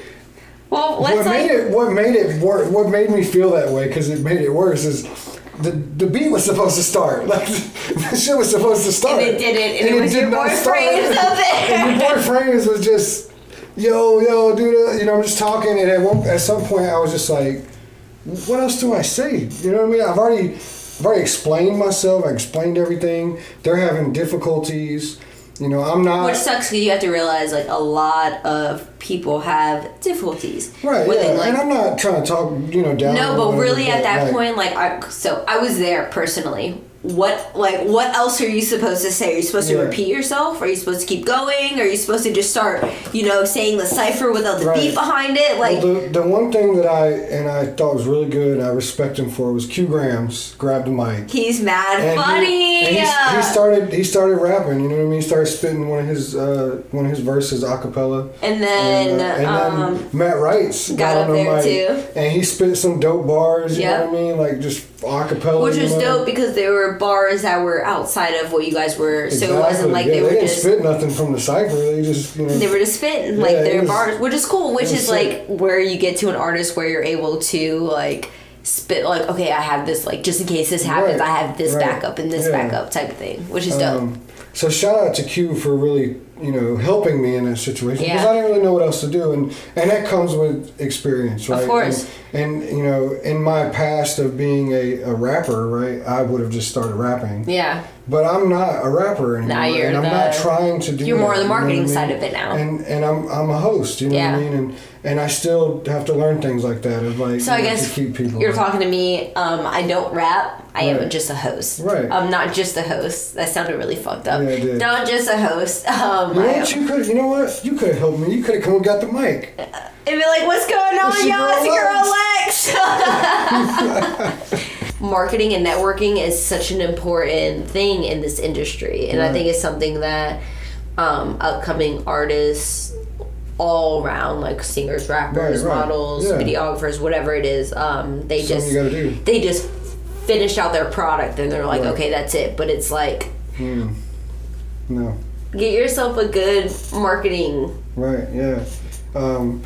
[SPEAKER 3] Well,
[SPEAKER 2] what
[SPEAKER 3] let's
[SPEAKER 2] made
[SPEAKER 3] like
[SPEAKER 2] it what made it work? What made me feel that way? Because it made it worse is. The, the beat was supposed to start. Like the shit was supposed to start.
[SPEAKER 3] it didn't, and it was your
[SPEAKER 2] not
[SPEAKER 3] boy
[SPEAKER 2] start.
[SPEAKER 3] Frames up there.
[SPEAKER 2] And your boy Frames was just, yo, yo, dude. You know, I'm just talking, and at one, at some point, I was just like, what else do I say? You know what I mean? I've already, I've already explained myself. I explained everything. They're having difficulties. You know, I'm not.
[SPEAKER 3] Which sucks because you have to realize like a lot of people have difficulties.
[SPEAKER 2] Right,
[SPEAKER 3] with it,
[SPEAKER 2] yeah,
[SPEAKER 3] like-
[SPEAKER 2] and I'm not trying to talk, you know, down.
[SPEAKER 3] no,
[SPEAKER 2] or
[SPEAKER 3] but
[SPEAKER 2] whatever,
[SPEAKER 3] really at that
[SPEAKER 2] like,
[SPEAKER 3] point, like I so I was there personally. What like what else are you supposed to say? Are you supposed
[SPEAKER 2] Yeah.
[SPEAKER 3] to repeat yourself? Are you supposed to keep going? Are you supposed to just start, you know, saying the cipher without the
[SPEAKER 2] Right.
[SPEAKER 3] beat behind it? Like
[SPEAKER 2] Well, the, the one thing that I and I thought was really good, and I respect him for, was Q Grams grabbed the mic.
[SPEAKER 3] he's mad
[SPEAKER 2] And he-
[SPEAKER 3] funny.
[SPEAKER 2] and he,
[SPEAKER 3] yeah.
[SPEAKER 2] he started. He started rapping. You know what I mean? He started spitting one of his uh, one of his verses a cappella.
[SPEAKER 3] and then,
[SPEAKER 2] And, uh, and
[SPEAKER 3] um,
[SPEAKER 2] then Matt Wrights
[SPEAKER 3] got up
[SPEAKER 2] on the
[SPEAKER 3] there,
[SPEAKER 2] mic,
[SPEAKER 3] too.
[SPEAKER 2] and he spit some dope bars. You know
[SPEAKER 3] Yep.
[SPEAKER 2] what I mean? Like just a cappella.
[SPEAKER 3] which
[SPEAKER 2] you
[SPEAKER 3] was
[SPEAKER 2] know?
[SPEAKER 3] dope because there were bars that were outside of what you guys were, so it wasn't
[SPEAKER 2] Exactly.
[SPEAKER 3] like
[SPEAKER 2] Yeah,
[SPEAKER 3] they were
[SPEAKER 2] didn't
[SPEAKER 3] just
[SPEAKER 2] spit nothing from the cipher. They just you know
[SPEAKER 3] they were just spitting like
[SPEAKER 2] Yeah, it
[SPEAKER 3] their
[SPEAKER 2] was-
[SPEAKER 3] bars, which is cool. Which
[SPEAKER 2] it was
[SPEAKER 3] is like where you get to an artist where you're able to like spit like okay, I have this like just in case this happens,
[SPEAKER 2] Right,
[SPEAKER 3] I have this
[SPEAKER 2] right,
[SPEAKER 3] backup and this
[SPEAKER 2] yeah.
[SPEAKER 3] backup type of thing, which is dope.
[SPEAKER 2] Um, so shout out to Q for really, you know, helping me in that situation because
[SPEAKER 3] Yeah.
[SPEAKER 2] I didn't really know what else to do, and and that comes with experience, right?
[SPEAKER 3] course.
[SPEAKER 2] And, and, you know, in my past of being a, a rapper, right, I would have just started rapping,
[SPEAKER 3] yeah,
[SPEAKER 2] but I'm not a rapper anymore,
[SPEAKER 3] Now you're
[SPEAKER 2] and I'm
[SPEAKER 3] the-
[SPEAKER 2] not trying to do.
[SPEAKER 3] you're more
[SPEAKER 2] that,
[SPEAKER 3] on the
[SPEAKER 2] you know what I
[SPEAKER 3] marketing
[SPEAKER 2] mean?
[SPEAKER 3] side of it now.
[SPEAKER 2] and and I'm I'm a host, you know
[SPEAKER 3] Yeah.
[SPEAKER 2] what I mean, and and I still have to learn things like that of like
[SPEAKER 3] so I
[SPEAKER 2] you know,
[SPEAKER 3] guess
[SPEAKER 2] to keep people.
[SPEAKER 3] you're talking to me. Um, I don't rap. I am
[SPEAKER 2] Right.
[SPEAKER 3] just a host.
[SPEAKER 2] Right.
[SPEAKER 3] I'm not just a host. That sounded really fucked up.
[SPEAKER 2] Yeah, it did.
[SPEAKER 3] Not just a host. Um,
[SPEAKER 2] You know
[SPEAKER 3] I am-
[SPEAKER 2] what? You could you know what? You could have helped me. You could have come and got the mic.
[SPEAKER 3] It'd be like, what's going on,
[SPEAKER 2] It's your
[SPEAKER 3] y'all? It's your girl
[SPEAKER 2] girl
[SPEAKER 3] Lex. Marketing and networking is such an important thing in this industry, and I
[SPEAKER 2] Right.
[SPEAKER 3] think it's something that um, upcoming artists all around, like singers, rappers,
[SPEAKER 2] Right, right.
[SPEAKER 3] models,
[SPEAKER 2] Yeah.
[SPEAKER 3] videographers, whatever it is, um, they
[SPEAKER 2] Something
[SPEAKER 3] just
[SPEAKER 2] you gotta do.
[SPEAKER 3] they just finish out their product and they're like,
[SPEAKER 2] Right.
[SPEAKER 3] okay, that's it. But it's like,
[SPEAKER 2] Hmm. No.
[SPEAKER 3] get yourself a good marketing
[SPEAKER 2] Right. Yeah. Um,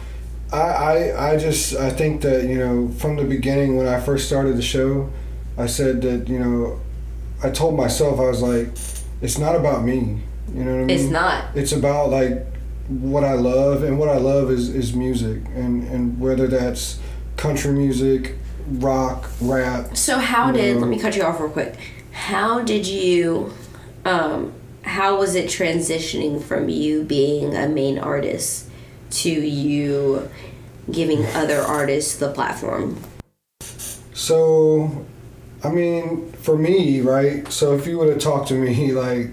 [SPEAKER 2] I, I I just I think that you know from the beginning when I first started the show, I said that you know, I told myself I was like, it's not about me. You know what I mean?
[SPEAKER 3] It's not.
[SPEAKER 2] It's about like what I love, and what I love is is music, and and whether that's country music, rock, rap.
[SPEAKER 3] So how did
[SPEAKER 2] No.
[SPEAKER 3] let me cut you off real quick. How did you um how was it transitioning from you being a main artist to you giving other artists the platform?
[SPEAKER 2] So, I mean, for me, right? So, if you would have talked to me, like,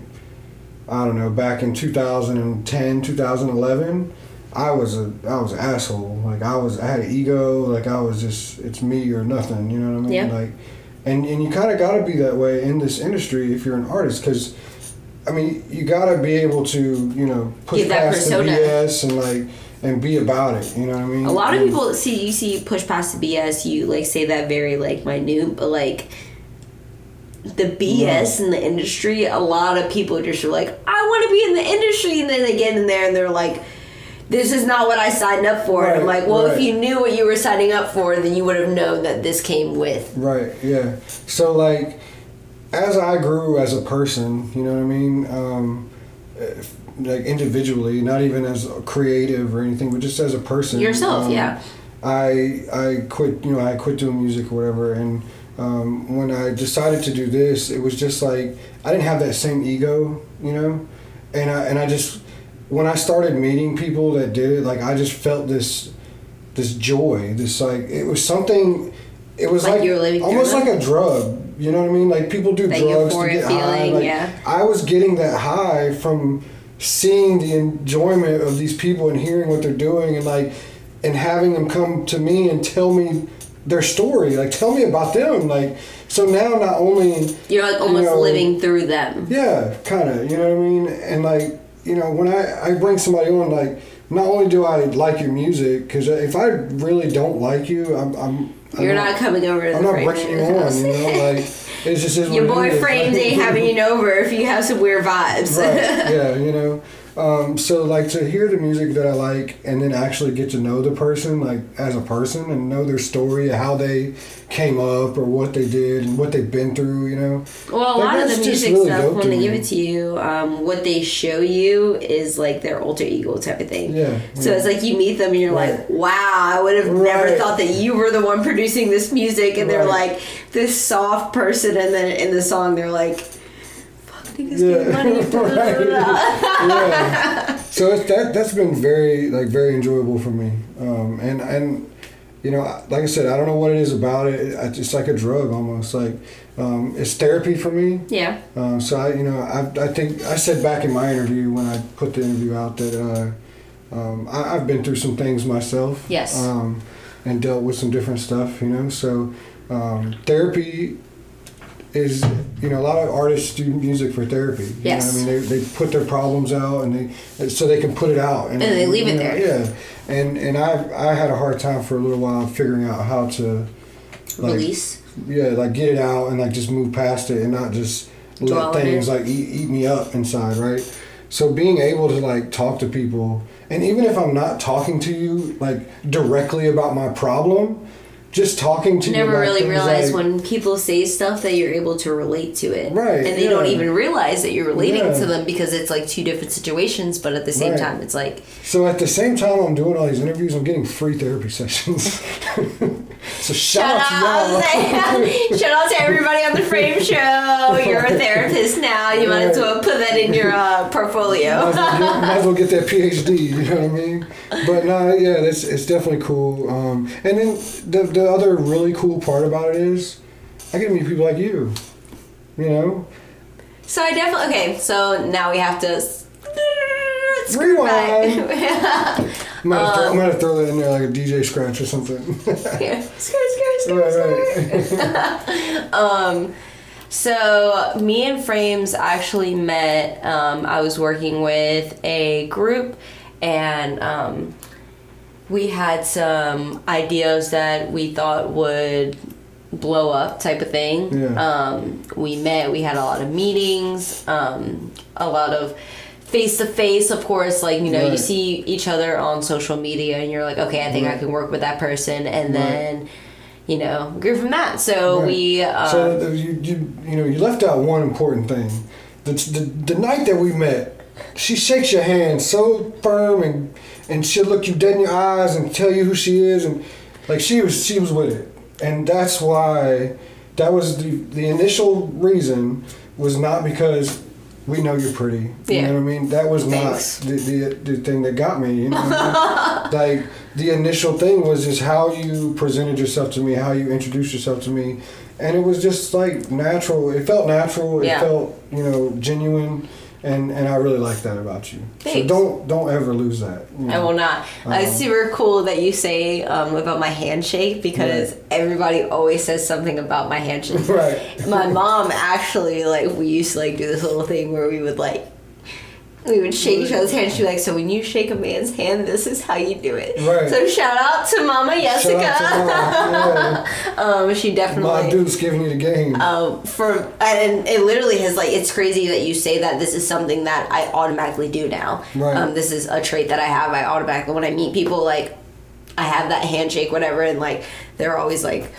[SPEAKER 2] I don't know, back in 2010, 2011, I was a, I was an asshole. Like, I was, I had an ego. Like, I was just, it's me or nothing. You know what I mean?
[SPEAKER 3] Yeah.
[SPEAKER 2] Like, and and you kind of got to be that way in this industry if you're an artist, because. I mean, you gotta be able to, you know, push
[SPEAKER 3] Give that
[SPEAKER 2] past the
[SPEAKER 3] persona.
[SPEAKER 2] BS and like, and be about it. You know what I mean?
[SPEAKER 3] A lot of
[SPEAKER 2] And-
[SPEAKER 3] people see you see you push past the BS, you like say that very like minute, but like the BS in the industry, a lot of people just are like, I wanna be in the industry and then they get in there and they're like this is not what I signed up for. And I'm
[SPEAKER 2] Right,
[SPEAKER 3] like, well, if
[SPEAKER 2] right.
[SPEAKER 3] you knew what you were signing up for, then you would have known that this came with.
[SPEAKER 2] Right. Yeah. So like, as I grew as a person, you know what I mean. Um, if- like individually, not even as creative or anything, but just as a person.
[SPEAKER 3] Yourself,
[SPEAKER 2] um,
[SPEAKER 3] yeah.
[SPEAKER 2] I I quit. You know, I quit doing music or whatever, and. Um, when I decided to do this, it was just like I didn't have that same ego, you know, and I and I just when I started meeting people that did it, like I just felt this this joy, this like it was something. It was
[SPEAKER 3] Like
[SPEAKER 2] like,
[SPEAKER 3] you were living through
[SPEAKER 2] almost
[SPEAKER 3] them?
[SPEAKER 2] like a drug. You know what I mean? Like people do
[SPEAKER 3] That
[SPEAKER 2] drugs to
[SPEAKER 3] euphoria
[SPEAKER 2] get high.
[SPEAKER 3] feeling,
[SPEAKER 2] Like,
[SPEAKER 3] yeah.
[SPEAKER 2] I was getting that high from seeing the enjoyment of these people and hearing what they're doing and like and having them come to me and tell me their story. Like tell me about them. Like so now not only
[SPEAKER 3] You're like almost
[SPEAKER 2] know,
[SPEAKER 3] living through them.
[SPEAKER 2] yeah, kind of. You know what I mean? And like, you know, when I I bring somebody on, like, not only do I like your music, because if I really don't like you, I'm I'm I'm
[SPEAKER 3] You're not coming over to
[SPEAKER 2] I'm
[SPEAKER 3] the
[SPEAKER 2] not
[SPEAKER 3] frame
[SPEAKER 2] bringing you
[SPEAKER 3] show.
[SPEAKER 2] on. You know, like it's just is
[SPEAKER 3] Your
[SPEAKER 2] what it
[SPEAKER 3] boy
[SPEAKER 2] is.
[SPEAKER 3] frames ain't having you over if you have some weird vibes.
[SPEAKER 2] right. Yeah, you know. Um, so like to hear the music that I like and then actually get to know the person like as a person and know their story how they came up or what they did and what they've been through you know
[SPEAKER 3] Well, a
[SPEAKER 2] Like,
[SPEAKER 3] lot of
[SPEAKER 2] that's
[SPEAKER 3] the
[SPEAKER 2] just
[SPEAKER 3] music
[SPEAKER 2] really
[SPEAKER 3] stuff,
[SPEAKER 2] dope to
[SPEAKER 3] when they
[SPEAKER 2] me.
[SPEAKER 3] give it to you, um, what they show you is like their alter ego type of thing.
[SPEAKER 2] Yeah,
[SPEAKER 3] So
[SPEAKER 2] yeah.
[SPEAKER 3] it's like you meet them and you're like,
[SPEAKER 2] Right.
[SPEAKER 3] wow, I would have never
[SPEAKER 2] Right.
[SPEAKER 3] thought that you were the one producing this music. And they're
[SPEAKER 2] Right.
[SPEAKER 3] like, this soft person. And then in the song, they're like, fuck think it's
[SPEAKER 2] Yeah,
[SPEAKER 3] good money.
[SPEAKER 2] right. yeah. So it's, that that's been very like very enjoyable for me, um, and and you know I- like I said I don't know what it is about it. I- It's like a drug almost. Like um, it's therapy for me.
[SPEAKER 3] Yeah.
[SPEAKER 2] Um, so I, you know, I, I think I said back in my interview when I put the interview out that uh, um, I, I've been through some things myself.
[SPEAKER 4] Yes.
[SPEAKER 2] Um, and dealt with some different stuff, you know. So um, therapy is, you know, a lot of artists do music for therapy. You
[SPEAKER 4] Yes.
[SPEAKER 2] Know? what I mean, they, they put their problems out and they so they can put it out
[SPEAKER 4] And they leave it
[SPEAKER 2] you know,
[SPEAKER 4] there.
[SPEAKER 2] Yeah. And and I I had a hard time for a little while figuring out how to like,
[SPEAKER 4] Release.
[SPEAKER 2] yeah, like get it out and like just move past it and not just
[SPEAKER 3] Dwell
[SPEAKER 2] let
[SPEAKER 3] on
[SPEAKER 2] things
[SPEAKER 3] it.
[SPEAKER 2] like eat, eat me up inside, right? So being able to like talk to people and even if I'm not talking to you like directly about my problem, just talking to you
[SPEAKER 3] Never
[SPEAKER 2] about
[SPEAKER 3] really
[SPEAKER 2] things
[SPEAKER 3] realize
[SPEAKER 2] like-
[SPEAKER 3] when people say stuff that you're able to relate to it.
[SPEAKER 2] Right,
[SPEAKER 3] And they
[SPEAKER 2] yeah.
[SPEAKER 3] don't even realize that you're relating
[SPEAKER 2] Yeah.
[SPEAKER 3] to them because it's like two different situations, but at the same
[SPEAKER 2] Right.
[SPEAKER 3] time, it's like,
[SPEAKER 2] So at the same time I'm doing all these interviews, I'm getting free therapy sessions. so shout,
[SPEAKER 3] Shut
[SPEAKER 2] out to y'all.
[SPEAKER 3] up! Shut out to everybody on the Frame Show. You're a therapist now. You might as well put that in your uh,
[SPEAKER 2] might,
[SPEAKER 3] portfolio.
[SPEAKER 2] as well get, might as well get that PhD. You know what I mean? But no, yeah, that's it's definitely cool. Um, and then the the other really cool part about it is, I get to meet people like you. You know,
[SPEAKER 3] So I definitely okay. So now we have to. s- Screw
[SPEAKER 2] Rewind.
[SPEAKER 3] back.
[SPEAKER 2] I'm gonna, throw, I'm gonna throw that in there like a DJ scratch or something.
[SPEAKER 3] Yeah. Screw, screw, screw,
[SPEAKER 2] Right,
[SPEAKER 3] screw.
[SPEAKER 2] right.
[SPEAKER 3] So me and Frames actually met. Um, I was working with a group, and um, we had some ideas that we thought would blow up, type of thing.
[SPEAKER 2] Yeah.
[SPEAKER 3] Um, we met. We had a lot of meetings. Um, a lot of face to face, of course. Like you know, you
[SPEAKER 2] Right.
[SPEAKER 3] see each other on social media, and you're like, okay, I think I can work with that person, and
[SPEAKER 2] Right.
[SPEAKER 3] then. You know, grew from that. So
[SPEAKER 2] Right.
[SPEAKER 3] we. Um,
[SPEAKER 2] so the- you, you you know you left out one important thing. The, the, the night that we met, she shakes your hand so firm and and she'll look you dead in your eyes and tell you who she is and like she was she was with it and that's why that was the the initial reason was not because we know you're pretty you
[SPEAKER 3] Yeah.
[SPEAKER 2] know what I mean that was
[SPEAKER 3] Thanks.
[SPEAKER 2] not the, the the thing that got me you know what I mean? like the initial thing was just how you presented yourself to me how you introduced yourself to me and it was just like natural it felt natural it
[SPEAKER 3] Yeah.
[SPEAKER 2] felt you know genuine and and I really like that about you
[SPEAKER 3] Thanks.
[SPEAKER 2] so don't don't ever lose that you
[SPEAKER 3] I
[SPEAKER 2] know?
[SPEAKER 3] will not. Uh,
[SPEAKER 2] Um,
[SPEAKER 3] it's super cool that you say um, about my handshake because everybody always says something about my handshake.
[SPEAKER 2] right
[SPEAKER 3] my mom actually like we used to like do this little thing where we would like we would shake each other's hands. She'd be like, "So when you shake a man's hand, this is how you do it."
[SPEAKER 2] Right.
[SPEAKER 3] So shout out to Mama
[SPEAKER 2] Shout out to
[SPEAKER 3] Jessica.
[SPEAKER 2] Mom. Yeah.
[SPEAKER 3] Um, she
[SPEAKER 2] My
[SPEAKER 3] definitely.
[SPEAKER 2] dude's giving you the game.
[SPEAKER 3] Um, for and it literally has like it's crazy that you say that this is something that I automatically do now.
[SPEAKER 2] Right.
[SPEAKER 3] Um, this is a trait that I have. I automatically when I meet people like I have that handshake, whatever, and like they're always like,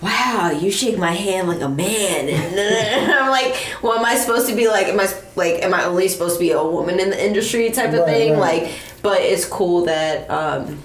[SPEAKER 3] "Wow, you shake my hand like a man." And I'm like, "Well, am I supposed to be like? Am I s- like? Am I only supposed to be a woman in the industry type of
[SPEAKER 2] Right,
[SPEAKER 3] thing?"
[SPEAKER 2] right.
[SPEAKER 3] Like, but it's cool that. um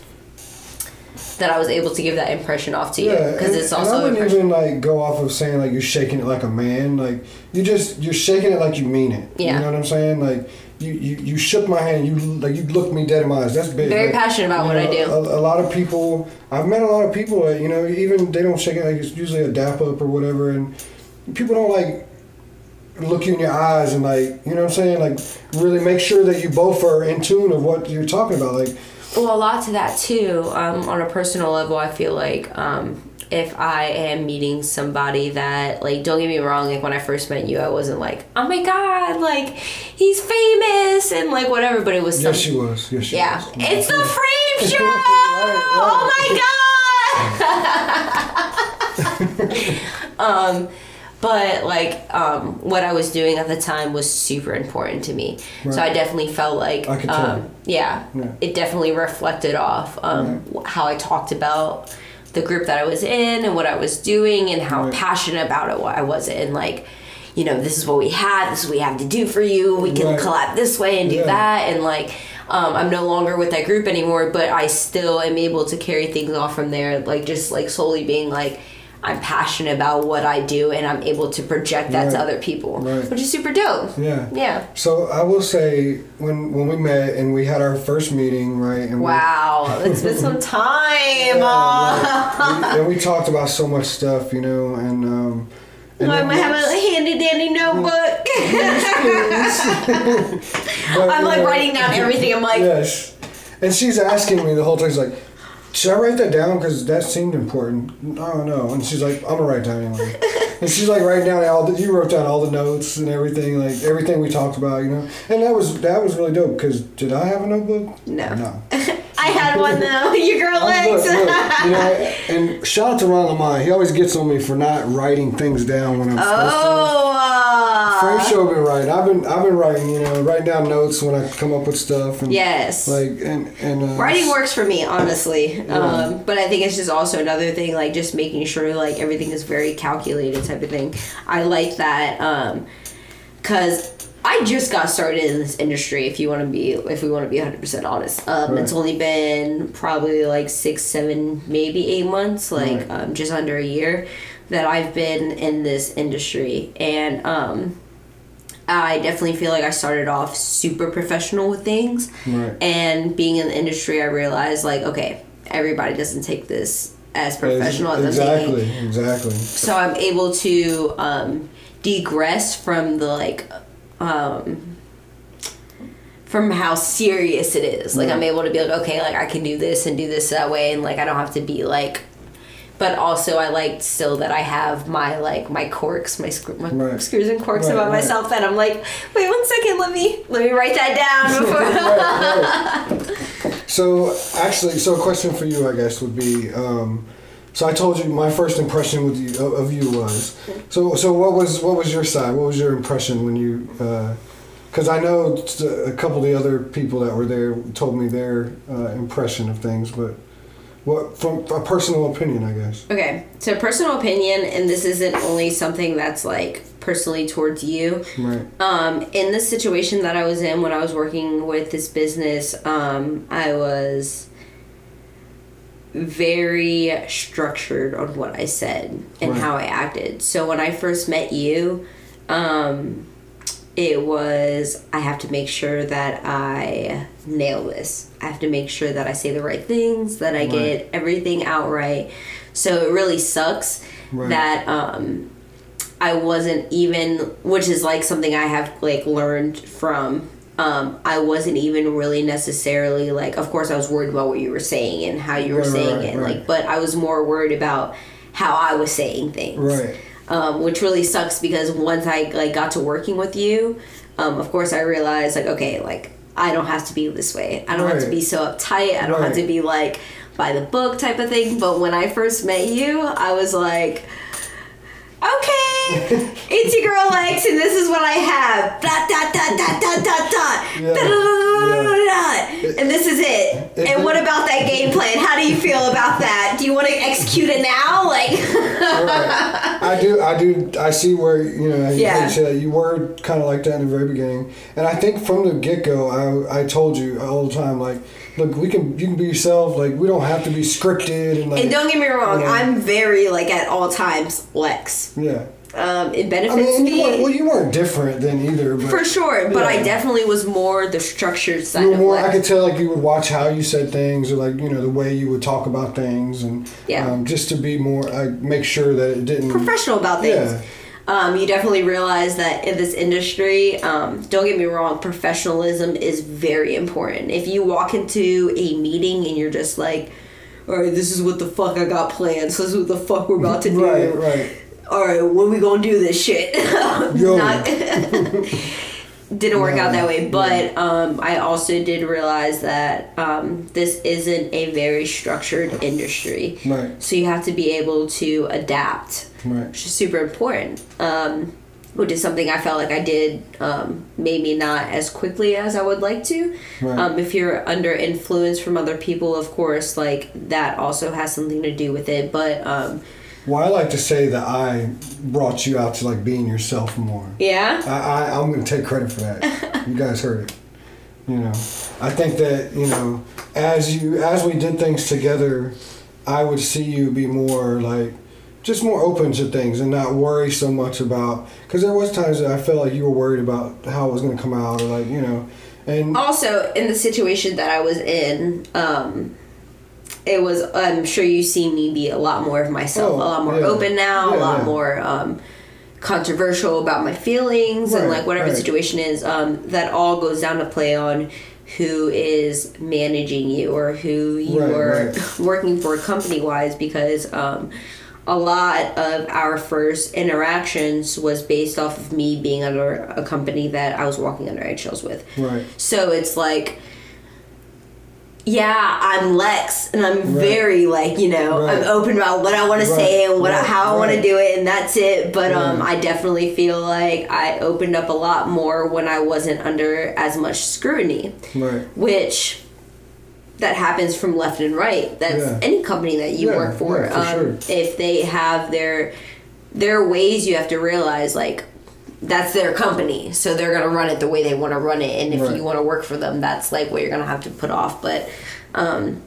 [SPEAKER 3] that I was able to give that impression off to you because
[SPEAKER 2] and-
[SPEAKER 3] it's
[SPEAKER 2] and
[SPEAKER 3] also
[SPEAKER 2] I wouldn't
[SPEAKER 3] impression-
[SPEAKER 2] even like go off of saying like you're shaking it like a man. Like you just you're shaking it like you mean it.
[SPEAKER 3] Yeah.
[SPEAKER 2] You know what I'm saying? Like you, you, you shook my hand. You like you looked me dead in my eyes. That's big.
[SPEAKER 3] Very
[SPEAKER 2] Like,
[SPEAKER 3] passionate about
[SPEAKER 2] you
[SPEAKER 3] what I do.
[SPEAKER 2] A, a lot of people. I've met a lot of people that you know even they don't shake it like it's usually a dap up or whatever, and people don't like look you in your eyes and like you know what I'm saying like really make sure that you both are in tune of what you're talking about like
[SPEAKER 3] well a lot to that too um, on a personal level i feel like um, if i am meeting somebody that like don't get me wrong like when i first met you i wasn't like oh my god like he's famous and like whatever but it was
[SPEAKER 2] yes
[SPEAKER 3] some-
[SPEAKER 2] she was yes she
[SPEAKER 3] yeah
[SPEAKER 2] was
[SPEAKER 3] it's the frame show
[SPEAKER 2] Right,
[SPEAKER 3] oh
[SPEAKER 2] right.
[SPEAKER 3] my god um but like um what i was doing at the time was super important to me so
[SPEAKER 2] Right.
[SPEAKER 3] i definitely felt like
[SPEAKER 2] I could tell.
[SPEAKER 3] um yeah,
[SPEAKER 2] Yeah.
[SPEAKER 3] it definitely reflected off um wh- how i talked about the group that i was in and what i was doing and how
[SPEAKER 2] Right.
[SPEAKER 3] passionate about it i was and like you know this is what we have this is what we have to do for you we can
[SPEAKER 2] Right.
[SPEAKER 3] collab this way and do
[SPEAKER 2] Yeah.
[SPEAKER 3] that and like um, i'm no longer with that group anymore but i still am able to carry things off from there like just like solely being like I'm passionate about what I do and I'm able to project that to
[SPEAKER 2] Right.
[SPEAKER 3] other people,
[SPEAKER 2] Right.
[SPEAKER 3] which is super dope.
[SPEAKER 2] Yeah.
[SPEAKER 3] Yeah.
[SPEAKER 2] So I will say when when we met and we had our first meeting, right? And we-
[SPEAKER 3] Wow, it's been some time. uh,
[SPEAKER 2] we, and we talked about so much stuff, you know, and um, and
[SPEAKER 3] I
[SPEAKER 2] then-
[SPEAKER 3] might have a handy dandy notebook.
[SPEAKER 2] but,
[SPEAKER 3] I'm
[SPEAKER 2] you
[SPEAKER 3] like
[SPEAKER 2] know,
[SPEAKER 3] writing down everything. I'm like,
[SPEAKER 2] Yes, and she's asking me the whole time. She's like, "Should I write that down? Because that seemed important." No, no. And she's like, "I'm gonna write it down anyway." and she's like, writing down all the you wrote down all the notes and everything, like everything we talked about, you know. And that was that was really dope. Because did I have a notebook?
[SPEAKER 3] No.
[SPEAKER 2] No.
[SPEAKER 3] I had one though. Your girl
[SPEAKER 2] Oh, Look,
[SPEAKER 3] legs.
[SPEAKER 2] look, you know, and shout out to Ron Lamont. He always gets on me for not writing things down when I'm supposed to.
[SPEAKER 3] oh.
[SPEAKER 2] Frank show been writing. I've been I've been writing, you know, writing down notes when I come up with stuff and
[SPEAKER 3] Yes.
[SPEAKER 2] like and and uh,
[SPEAKER 3] Writing works for me, honestly. Um, but I think it's just also another thing, like just making sure like everything is very calculated type of thing. I like that um, because I just got started in this industry. If you want to be, if we want to be one hundred percent honest, um, it's
[SPEAKER 2] Right.
[SPEAKER 3] only been probably like six, seven, maybe eight months, like
[SPEAKER 2] Right.
[SPEAKER 3] um, just under a year that I've been in this industry, and. Um, I definitely feel like I started off super professional with things.
[SPEAKER 2] Right.
[SPEAKER 3] And being in the industry, I realized, like, okay, everybody doesn't take this as professional as, I'm taking.
[SPEAKER 2] Exactly, exactly.
[SPEAKER 3] So I'm able to um, degress from the, like, um, from how serious it is.
[SPEAKER 2] Mm-hmm.
[SPEAKER 3] Like, I'm able to be like, okay, like, I can do this and do this that way. And, like, I don't have to be, like, but also I like still that I have my like my corks, my, screw, my
[SPEAKER 2] Right.
[SPEAKER 3] screws and corks
[SPEAKER 2] Right,
[SPEAKER 3] about
[SPEAKER 2] right.
[SPEAKER 3] myself that I'm like, wait one second, let me let me write that down before.
[SPEAKER 2] Right, right. So actually, so a question for you, I guess, would be. Um, so I told you my first impression with you, of- of you was. So so what was what was your side? What was your impression when you? Because I know t- a couple of the other people that were there told me their uh, impression of things, but what from a personal opinion, I guess.
[SPEAKER 3] okay, so personal opinion, and this isn't only something that's like personally towards you.
[SPEAKER 2] Right.
[SPEAKER 3] Um, in this situation that I was in when I was working with this business, um, I was very structured on what I said and
[SPEAKER 2] Right.
[SPEAKER 3] how I acted. So when I first met you, um, it was I have to make sure that I nail this. I have to make sure that I say the right things, that I get everything out right. So it really sucks
[SPEAKER 2] Right.
[SPEAKER 3] that um, I wasn't even, which is like something I have like learned from. Um, I wasn't even really necessarily like. Of course, I was worried about what you were saying and how you were
[SPEAKER 2] Right, right,
[SPEAKER 3] saying
[SPEAKER 2] right,
[SPEAKER 3] it.
[SPEAKER 2] right.
[SPEAKER 3] Like, but I was more worried about how I was saying things
[SPEAKER 2] Right.
[SPEAKER 3] um, which really sucks because once I like got to working with you, um, of course I realized like okay, like I don't have to be this way. I don't have to
[SPEAKER 2] Right.
[SPEAKER 3] be so uptight. I don't have to
[SPEAKER 2] Right.
[SPEAKER 3] be like by the book type of thing. But when I first met you, I was like. Okay, it's your girl Lex, and this is what I have. Dot dot dot dot dot dot dot.
[SPEAKER 2] Yeah.
[SPEAKER 3] Da, da, da, da, da, da, da. And this is it.
[SPEAKER 2] It-
[SPEAKER 3] And what about that game plan? How do you feel about that? Do you want to execute it now? Like,
[SPEAKER 2] Right. I do, I do, I see where you know. You,
[SPEAKER 3] Yeah.
[SPEAKER 2] yeah. said you were kind of like that in the very beginning, and I think from the get go, I, I told you all the time, like, look, we can, you can be yourself. Like, we don't have to be scripted and like,
[SPEAKER 3] And don't get me wrong,
[SPEAKER 2] Yeah.
[SPEAKER 3] I'm very like at all times Lex.
[SPEAKER 2] yeah.
[SPEAKER 3] Um, it
[SPEAKER 2] I
[SPEAKER 3] benefits
[SPEAKER 2] mean, and you
[SPEAKER 3] me
[SPEAKER 2] weren't, well, you weren't different than either, but
[SPEAKER 3] for sure, but I
[SPEAKER 2] Yeah.
[SPEAKER 3] definitely was more the structured side
[SPEAKER 2] you were
[SPEAKER 3] of
[SPEAKER 2] more. I
[SPEAKER 3] Lex.
[SPEAKER 2] could tell, like, you would watch how you said things, or like, you know, the way you would talk about things, and
[SPEAKER 3] Yeah.
[SPEAKER 2] um, just to be more, like, make sure that it didn't.
[SPEAKER 3] professional about things.
[SPEAKER 2] Yeah.
[SPEAKER 3] Um, you definitely realize that in this industry, um, don't get me wrong, professionalism is very important. If you walk into a meeting and you're just like, all right, this is what the fuck I got planned, so this is what the fuck we're about to do.
[SPEAKER 2] Right, right.
[SPEAKER 3] all right, when we gonna do this shit?
[SPEAKER 2] Yo.
[SPEAKER 3] Not, didn't work out that way, but um, I also did realize that um, this isn't a very structured industry.
[SPEAKER 2] Right.
[SPEAKER 3] So you have to be able to adapt,
[SPEAKER 2] Right.
[SPEAKER 3] which is super important. Um, which is something I felt like I did um, maybe not as quickly as I would like to.
[SPEAKER 2] Right.
[SPEAKER 3] Um, if you're under influence from other people, of course, like that also has something to do with it. But um,
[SPEAKER 2] Well, I like to say that I brought you out to like being yourself more.
[SPEAKER 3] yeah.
[SPEAKER 2] I, I, I'm going to take credit for that. you guys heard it. You know, I think that you know, as you as we did things together, I would see you be more like just more open to things and not worry so much about because there was times that I felt like you were worried about how it was going to come out or like you know, and
[SPEAKER 3] also in the situation that I was in, um, it was I'm sure you see me be a lot more of myself,
[SPEAKER 2] Oh,
[SPEAKER 3] a lot more
[SPEAKER 2] yeah.
[SPEAKER 3] open now, a
[SPEAKER 2] Yeah,
[SPEAKER 3] lot
[SPEAKER 2] yeah.
[SPEAKER 3] more um, controversial about my feelings and
[SPEAKER 2] Right,
[SPEAKER 3] like whatever
[SPEAKER 2] right.
[SPEAKER 3] the situation is. Um, that all goes down to play on who is managing you or who you
[SPEAKER 2] Right,
[SPEAKER 3] are
[SPEAKER 2] right.
[SPEAKER 3] working for company wise because um, a lot of our first interactions was based off of me being under a company that I was walking under eggshells with.
[SPEAKER 2] right,
[SPEAKER 3] So it's like, yeah, I'm Lex, and I'm very like you know,
[SPEAKER 2] Right.
[SPEAKER 3] I'm open about what I want to
[SPEAKER 2] Right.
[SPEAKER 3] say and what I,
[SPEAKER 2] Right.
[SPEAKER 3] how I want
[SPEAKER 2] Right.
[SPEAKER 3] to do it, and that's it. But um,
[SPEAKER 2] Right.
[SPEAKER 3] I definitely feel like I opened up a lot more when I wasn't under as much scrutiny,
[SPEAKER 2] right,
[SPEAKER 3] which that happens from left and right. That's
[SPEAKER 2] Yeah.
[SPEAKER 3] any company that you
[SPEAKER 2] Yeah,
[SPEAKER 3] work for.
[SPEAKER 2] yeah, for
[SPEAKER 3] um, If they have their their ways, you have to realize like that's their company, so they're gonna run it the way they want to run it. And if
[SPEAKER 2] Right.
[SPEAKER 3] you want to work for them, that's like what you're gonna have to put off. But um,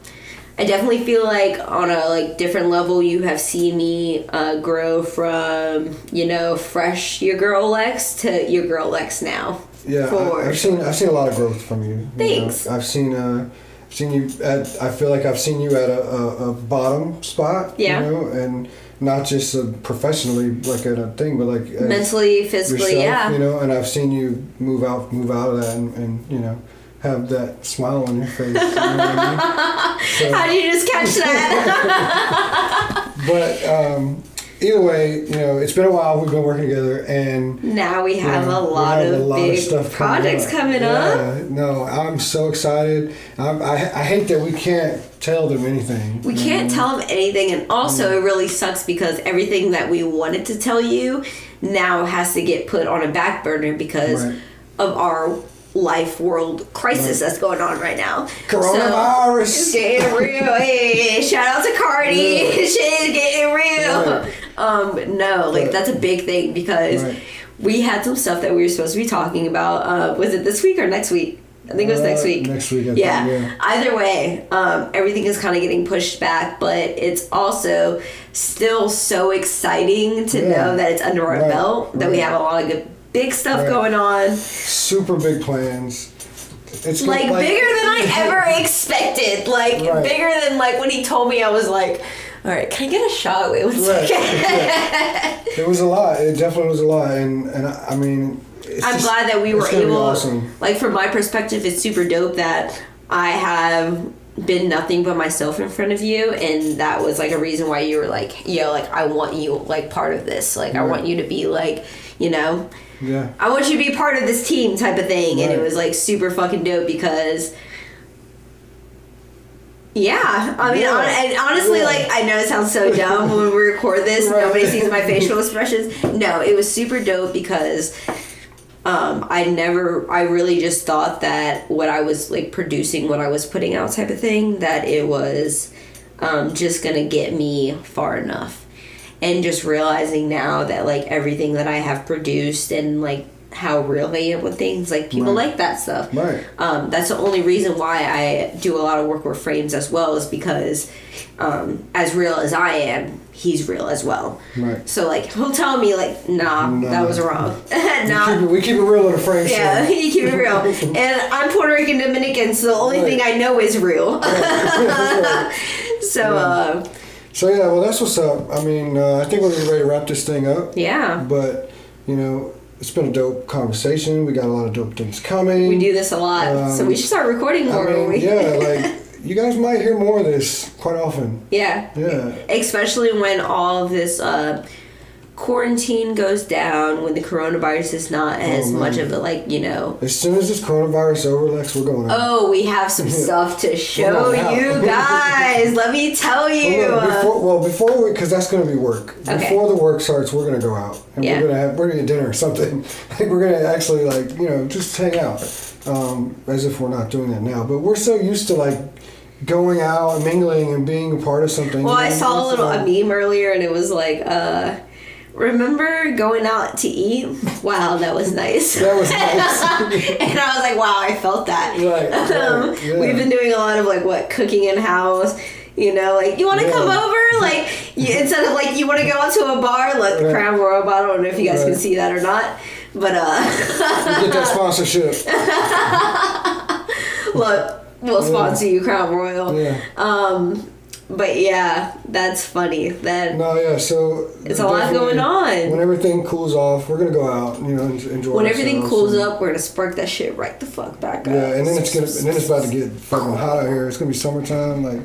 [SPEAKER 3] I definitely feel like on a like different level, you have seen me uh, grow from you know fresh your girl Lex to your girl Lex now.
[SPEAKER 2] yeah.
[SPEAKER 3] For-
[SPEAKER 2] I, I've seen I've seen a lot of growth from you. you
[SPEAKER 3] Thanks.
[SPEAKER 2] know. I've seen uh, I've seen you at I feel like I've seen you at a, a, a bottom spot.
[SPEAKER 3] Yeah.
[SPEAKER 2] you know, and not just uh, professionally like at a thing, but like as-
[SPEAKER 3] mentally, physically,
[SPEAKER 2] yourself,
[SPEAKER 3] yeah.
[SPEAKER 2] you know, and I've seen you move out, move out of that, and, and you know, have that smile on your face. You know what I mean? So-
[SPEAKER 3] How did you just catch that?
[SPEAKER 2] but um, either way, you know, it's been a while. We've been working together, and
[SPEAKER 3] now we have
[SPEAKER 2] Yeah,
[SPEAKER 3] a
[SPEAKER 2] we
[SPEAKER 3] lot
[SPEAKER 2] have
[SPEAKER 3] of
[SPEAKER 2] a lot
[SPEAKER 3] big
[SPEAKER 2] stuff
[SPEAKER 3] projects coming up.
[SPEAKER 2] Yeah, no, I'm so excited. I'm, I, I hate that we can't tell them anything.
[SPEAKER 3] We can't tell them anything, and
[SPEAKER 2] Mm.
[SPEAKER 3] also it really sucks because everything that we wanted to tell you now has to get put on a back burner because
[SPEAKER 2] Right.
[SPEAKER 3] of our life world crisis that's going on right now.
[SPEAKER 2] Coronavirus.
[SPEAKER 3] So, it's getting real. Hey, shout out to Cardi.
[SPEAKER 2] Yeah.
[SPEAKER 3] Shit's getting real.
[SPEAKER 2] Right.
[SPEAKER 3] Um, but no, like
[SPEAKER 2] Right.
[SPEAKER 3] that's a big thing because
[SPEAKER 2] Right.
[SPEAKER 3] we had some stuff that we were supposed to be talking about. Uh, was it this week or next week? I think it was next
[SPEAKER 2] Uh,
[SPEAKER 3] week.
[SPEAKER 2] next week, I think,
[SPEAKER 3] yeah.
[SPEAKER 2] yeah.
[SPEAKER 3] Either way, um, everything is kind of getting pushed back, but it's also still so exciting to
[SPEAKER 2] Yeah.
[SPEAKER 3] know that it's under our
[SPEAKER 2] Right,
[SPEAKER 3] belt, that we
[SPEAKER 2] right.
[SPEAKER 3] have a lot of good big stuff
[SPEAKER 2] Right.
[SPEAKER 3] going on.
[SPEAKER 2] Super big plans. It's
[SPEAKER 3] Like,
[SPEAKER 2] gonna-
[SPEAKER 3] bigger than I ever expected. Like
[SPEAKER 2] Right.
[SPEAKER 3] bigger than like when he told me I was like, all right, can I get a shot? Wait, one
[SPEAKER 2] Right,
[SPEAKER 3] second.
[SPEAKER 2] yeah. It was a lot. It definitely was a lot, and and I, I mean, it's
[SPEAKER 3] I'm
[SPEAKER 2] just-
[SPEAKER 3] glad that we
[SPEAKER 2] it's
[SPEAKER 3] were
[SPEAKER 2] gonna be
[SPEAKER 3] able.
[SPEAKER 2] awesome.
[SPEAKER 3] Like from my perspective, it's super dope that I have been nothing but myself in front of you, and that was like a reason why you were like, yo, like I want you like part of this. Like I
[SPEAKER 2] Right.
[SPEAKER 3] want you to be like, you know,
[SPEAKER 2] Yeah.
[SPEAKER 3] I want you to be part of this team type of thing. And
[SPEAKER 2] Right.
[SPEAKER 3] it was like super fucking dope because. Yeah, I mean,
[SPEAKER 2] Yeah.
[SPEAKER 3] hon- and honestly,
[SPEAKER 2] Yeah.
[SPEAKER 3] like I know it sounds so dumb when we record this.
[SPEAKER 2] Right.
[SPEAKER 3] Nobody sees my facial expressions. No, it was super dope because um, I never, I really just thought that what I was like producing, what I was putting out, type of thing, that it was um, just gonna get me far enough. And just realizing now that like everything that I have produced and like how real I am with things, like people
[SPEAKER 2] Right.
[SPEAKER 3] like that stuff.
[SPEAKER 2] Right.
[SPEAKER 3] Um, that's the only reason why I do a lot of work with frames as well, is because um, as real as I am, he's real as well.
[SPEAKER 2] Right.
[SPEAKER 3] So like he'll tell me like, nah,
[SPEAKER 2] Nah.
[SPEAKER 3] that was wrong.
[SPEAKER 2] We
[SPEAKER 3] nah,
[SPEAKER 2] keep it, we keep it real in a frame.
[SPEAKER 3] yeah,
[SPEAKER 2] show.
[SPEAKER 3] you keep it real. And I'm Puerto Rican Dominican, so the only
[SPEAKER 2] Right.
[SPEAKER 3] thing I know is real. so, uh,
[SPEAKER 2] So yeah, well that's what's up. I mean, uh, I think we're ready to wrap this thing up.
[SPEAKER 3] yeah,
[SPEAKER 2] But you know, it's been a dope conversation. We got a lot of dope things coming.
[SPEAKER 3] we do this a lot. so
[SPEAKER 2] Um,
[SPEAKER 3] we should start recording
[SPEAKER 2] I
[SPEAKER 3] more. when
[SPEAKER 2] mean,
[SPEAKER 3] we,
[SPEAKER 2] yeah, like you guys might hear more of this quite often.
[SPEAKER 3] yeah,
[SPEAKER 2] Yeah,
[SPEAKER 3] especially when all of this uh, quarantine goes down, when the coronavirus is not as
[SPEAKER 2] Oh, man.
[SPEAKER 3] much of a like you know.
[SPEAKER 2] as soon as this coronavirus over, Lex, we're going out.
[SPEAKER 3] Oh, we have some stuff to show
[SPEAKER 2] going out.
[SPEAKER 3] you guys. Let me tell you.
[SPEAKER 2] Well, look,
[SPEAKER 3] uh,
[SPEAKER 2] before, well, before because that's going to be work. Before the work starts, we're going to go out and
[SPEAKER 3] Yeah.
[SPEAKER 2] we're going to have we're going to dinner or something. Like we're going to actually like you know just hang out, um, as if we're not doing that now. But we're so used to like going out and mingling and being a part of something.
[SPEAKER 3] Well,
[SPEAKER 2] you
[SPEAKER 3] I
[SPEAKER 2] know,
[SPEAKER 3] saw a
[SPEAKER 2] it's
[SPEAKER 3] little a
[SPEAKER 2] like-
[SPEAKER 3] meme earlier, and it was like, uh, "Remember going out to eat? Wow, that was nice."
[SPEAKER 2] That was nice.
[SPEAKER 3] and I was like, "Wow, I felt that."
[SPEAKER 2] Right, right,
[SPEAKER 3] um,
[SPEAKER 2] oh, yeah.
[SPEAKER 3] We've been doing a lot of like what cooking in house. You know, like you want to
[SPEAKER 2] Yeah.
[SPEAKER 3] come over? know, like you, instead of like you want to go out to a bar, let the
[SPEAKER 2] Right.
[SPEAKER 3] Crown Royal bottle. I don't know if you guys can
[SPEAKER 2] Right.
[SPEAKER 3] see that or not, but uh,
[SPEAKER 2] Get that sponsorship.
[SPEAKER 3] look, we'll sponsor you, Crown Royal.
[SPEAKER 2] Yeah.
[SPEAKER 3] Um, but yeah, that's funny. That
[SPEAKER 2] No, yeah. So
[SPEAKER 3] It's a lot
[SPEAKER 2] definitely,
[SPEAKER 3] going on.
[SPEAKER 2] When everything cools off, we're gonna go out. You know, and enjoy.
[SPEAKER 3] when everything
[SPEAKER 2] ourselves
[SPEAKER 3] cools
[SPEAKER 2] and-
[SPEAKER 3] up, we're gonna spark that shit right the fuck back up.
[SPEAKER 2] Yeah, and then it's gonna, and then it's about to get fucking hot out here. It's gonna be summertime, like,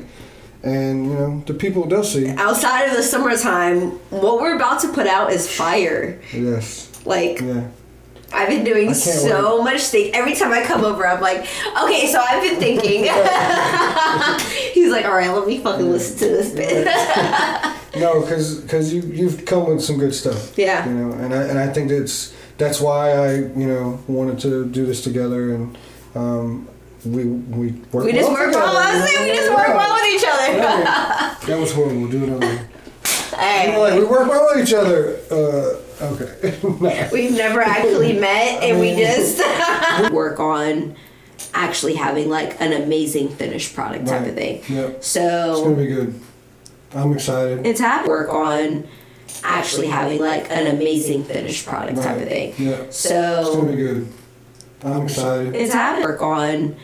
[SPEAKER 2] and you know the people they'll see.
[SPEAKER 3] outside of the summertime, what we're about to put out is fire.
[SPEAKER 2] Yes.
[SPEAKER 3] Like
[SPEAKER 2] Yeah.
[SPEAKER 3] I've been doing
[SPEAKER 2] can't
[SPEAKER 3] so much think. Every time I come over, I'm like, okay, so I've been thinking. He's like, all right, let me fucking listen to this bit.
[SPEAKER 2] No, because you you've come with some good stuff.
[SPEAKER 3] Yeah.
[SPEAKER 2] You know, and I and I think that's that's why I you know wanted to do this together and um we we work
[SPEAKER 3] we just work well. I was saying, we just work well with each other.
[SPEAKER 2] That was horrible. We'll do another. one. We're
[SPEAKER 3] Hey,
[SPEAKER 2] like, we work well with each other. Uh, okay. No.
[SPEAKER 3] we've never actually met, and we just work on actually having like an amazing finished product type of
[SPEAKER 2] Right.
[SPEAKER 3] thing.
[SPEAKER 2] Yep.
[SPEAKER 3] So
[SPEAKER 2] It's gonna be good. I'm excited.
[SPEAKER 3] it's happening. Work on actually having like an amazing finished product type of
[SPEAKER 2] Right.
[SPEAKER 3] thing.
[SPEAKER 2] Yeah. It's gonna
[SPEAKER 3] So
[SPEAKER 2] be good. I'm excited.
[SPEAKER 3] it's happening. Work on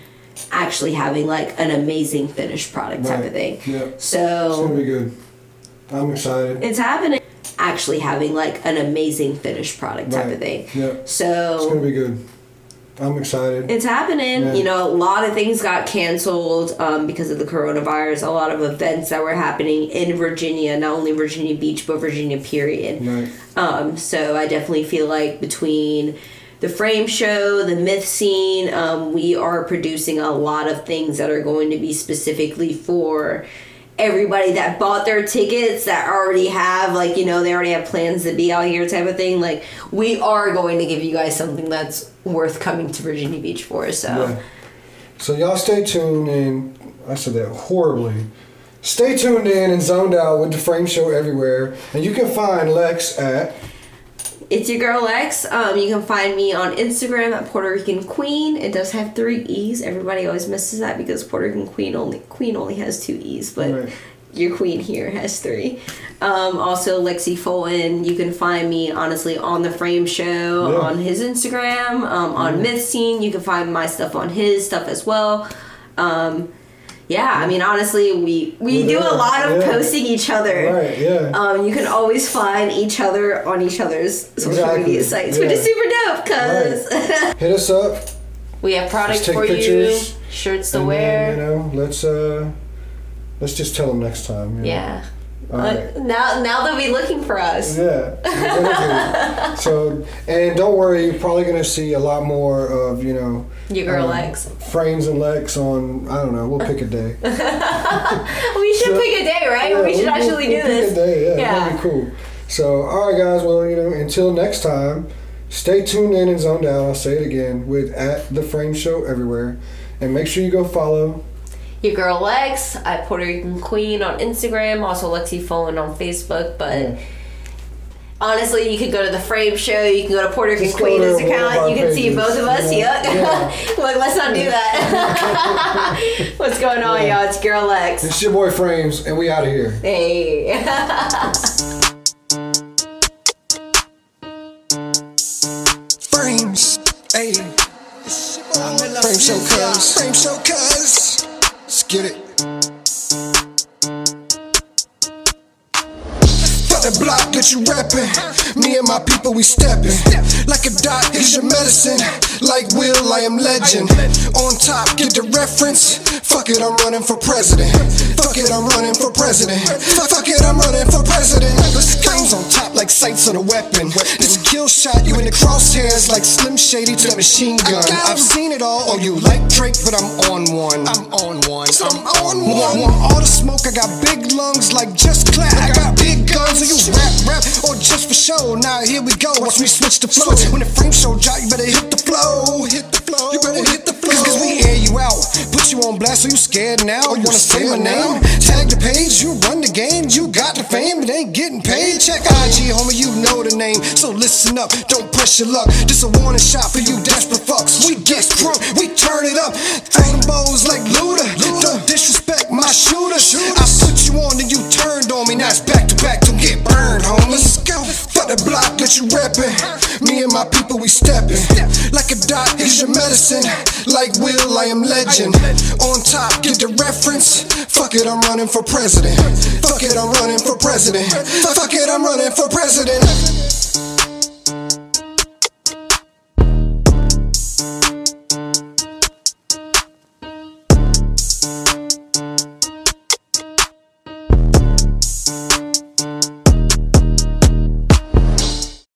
[SPEAKER 3] actually having like an amazing finished product type of
[SPEAKER 2] Right.
[SPEAKER 3] thing.
[SPEAKER 2] Yeah. It's gonna
[SPEAKER 3] So
[SPEAKER 2] be good. I'm excited.
[SPEAKER 3] it's happening. Actually having like an amazing finished product type
[SPEAKER 2] Right.
[SPEAKER 3] of thing.
[SPEAKER 2] Yeah. It's gonna
[SPEAKER 3] So
[SPEAKER 2] be good. I'm excited.
[SPEAKER 3] it's happening.
[SPEAKER 2] Yeah.
[SPEAKER 3] You know, a lot of things got canceled um, because of the coronavirus. A lot of events that were happening in Virginia, not only Virginia Beach, but Virginia period.
[SPEAKER 2] Right.
[SPEAKER 3] Um, so I definitely feel like between the frame show, the myth scene, um, we are producing a lot of things that are going to be specifically for everybody that bought their tickets that already have like you know they already have plans to be out here type of thing like we are going to give you guys something that's worth coming to virginia beach for so
[SPEAKER 2] Yeah. So y'all stay tuned and I said that horribly. Stay tuned in and zoned out with the frame show everywhere. And you can find Lex at
[SPEAKER 3] It's your girl Lex. Um, you can find me on Instagram at Puerto Rican Queen. It does have three E's. Everybody always misses that because Puerto Rican Queen only Queen only has two E's, but
[SPEAKER 2] Right.
[SPEAKER 3] your queen here has three. Um, also Lexi Fulton. You can find me honestly on the Frame Show
[SPEAKER 2] Yeah.
[SPEAKER 3] on his Instagram, um, on Myth Scene. You can find my stuff on his stuff as well. Um, yeah, I mean honestly, we we
[SPEAKER 2] We're
[SPEAKER 3] do a
[SPEAKER 2] there.
[SPEAKER 3] lot of
[SPEAKER 2] Yeah.
[SPEAKER 3] posting each other.
[SPEAKER 2] Right, yeah.
[SPEAKER 3] Um, you can always find each other on each other's social
[SPEAKER 2] Exactly.
[SPEAKER 3] media sites, which is
[SPEAKER 2] Yeah.
[SPEAKER 3] super dope because
[SPEAKER 2] Hit us up.
[SPEAKER 4] We have products
[SPEAKER 2] Just take
[SPEAKER 4] for
[SPEAKER 2] pictures
[SPEAKER 4] you, shirts to
[SPEAKER 2] and
[SPEAKER 4] wear.
[SPEAKER 2] then, you know, let's uh let's just tell them next time. you know.
[SPEAKER 4] yeah.
[SPEAKER 2] All right.
[SPEAKER 3] Uh, now now they'll be looking for us.
[SPEAKER 2] Yeah. exactly. so and don't worry, you're probably gonna see a lot more of, you know,
[SPEAKER 4] Your girl
[SPEAKER 2] um,
[SPEAKER 4] likes.
[SPEAKER 2] Frames and Lex on I don't know, we'll pick a day.
[SPEAKER 3] We should pick a day, right?
[SPEAKER 2] Yeah,
[SPEAKER 3] we should
[SPEAKER 2] we'll-
[SPEAKER 3] actually
[SPEAKER 2] we'll
[SPEAKER 3] do
[SPEAKER 2] pick
[SPEAKER 3] this.
[SPEAKER 2] a day, yeah,
[SPEAKER 3] Yeah.
[SPEAKER 2] that'd be cool. So, all right, guys. Well, you know, until next time, stay tuned in and zoned out. I'll say it again with at the Frame Show everywhere, and make sure you go follow.
[SPEAKER 4] Your girl Lex at Puerto Rican Queen on Instagram, also Lexi Fulton on Facebook. But
[SPEAKER 2] Yeah.
[SPEAKER 3] Honestly, you could go to the Frame Show. You can go to Puerto Rican
[SPEAKER 2] Just go to
[SPEAKER 3] Queen's
[SPEAKER 2] one of our
[SPEAKER 3] account. You can see
[SPEAKER 2] pages.
[SPEAKER 3] both of us.
[SPEAKER 2] Yeah,
[SPEAKER 3] Yeah.
[SPEAKER 2] yeah.
[SPEAKER 3] Look, let's not do that. What's going on, y'all? It's Girl Lex.
[SPEAKER 2] It's your boy Frames, and we out of here.
[SPEAKER 3] Hey.
[SPEAKER 5] frames. Hey, frame show cuz. Frame show cuz. Let's get it. Fuck the block that you rapping. Me and my people, we stepping. Like a dot is your medicine. Like Will, I am legend. On top, get the reference. Fuck it, I'm running for president. Fuck it, I'm running for president. Fuck fuck it, I'm running for president. This game's on top like sights on a weapon. This kill shot, you in the crosshairs like Slim Shady to the machine gun. I've seen it all. Oh, you like Drake, but I'm on one. I'm on one. I'm on one. Want all the smoke? I got big lungs like just clap. I got big guns. So you rap, rap, or just for show? Now here we go. Watch me switch the flow. When the frame show drop, you better hit the flow. Hit the flow. You better hit the flow. Cause, 'cause we air you out. Put you on blast, so you scared now. you wanna say my name? Tag the page, you run the game. You got the fame, but ain't getting paid. Check IG, homie, you know the name. So listen up, don't press your luck. This a warning shot for you desperate fucks. We get drunk, we turn it up. Throw them bows like Luda. Don't disrespect my shooter. I put you on, then you turned on me. Now the block that you reppin'. Me and my people, we steppin'. Like a dot, here's your medicine. Like Will, I am legend. On top, get the reference. Fuck it, I'm running for president. Fuck it, I'm running for president. Fuck it, I'm running for president.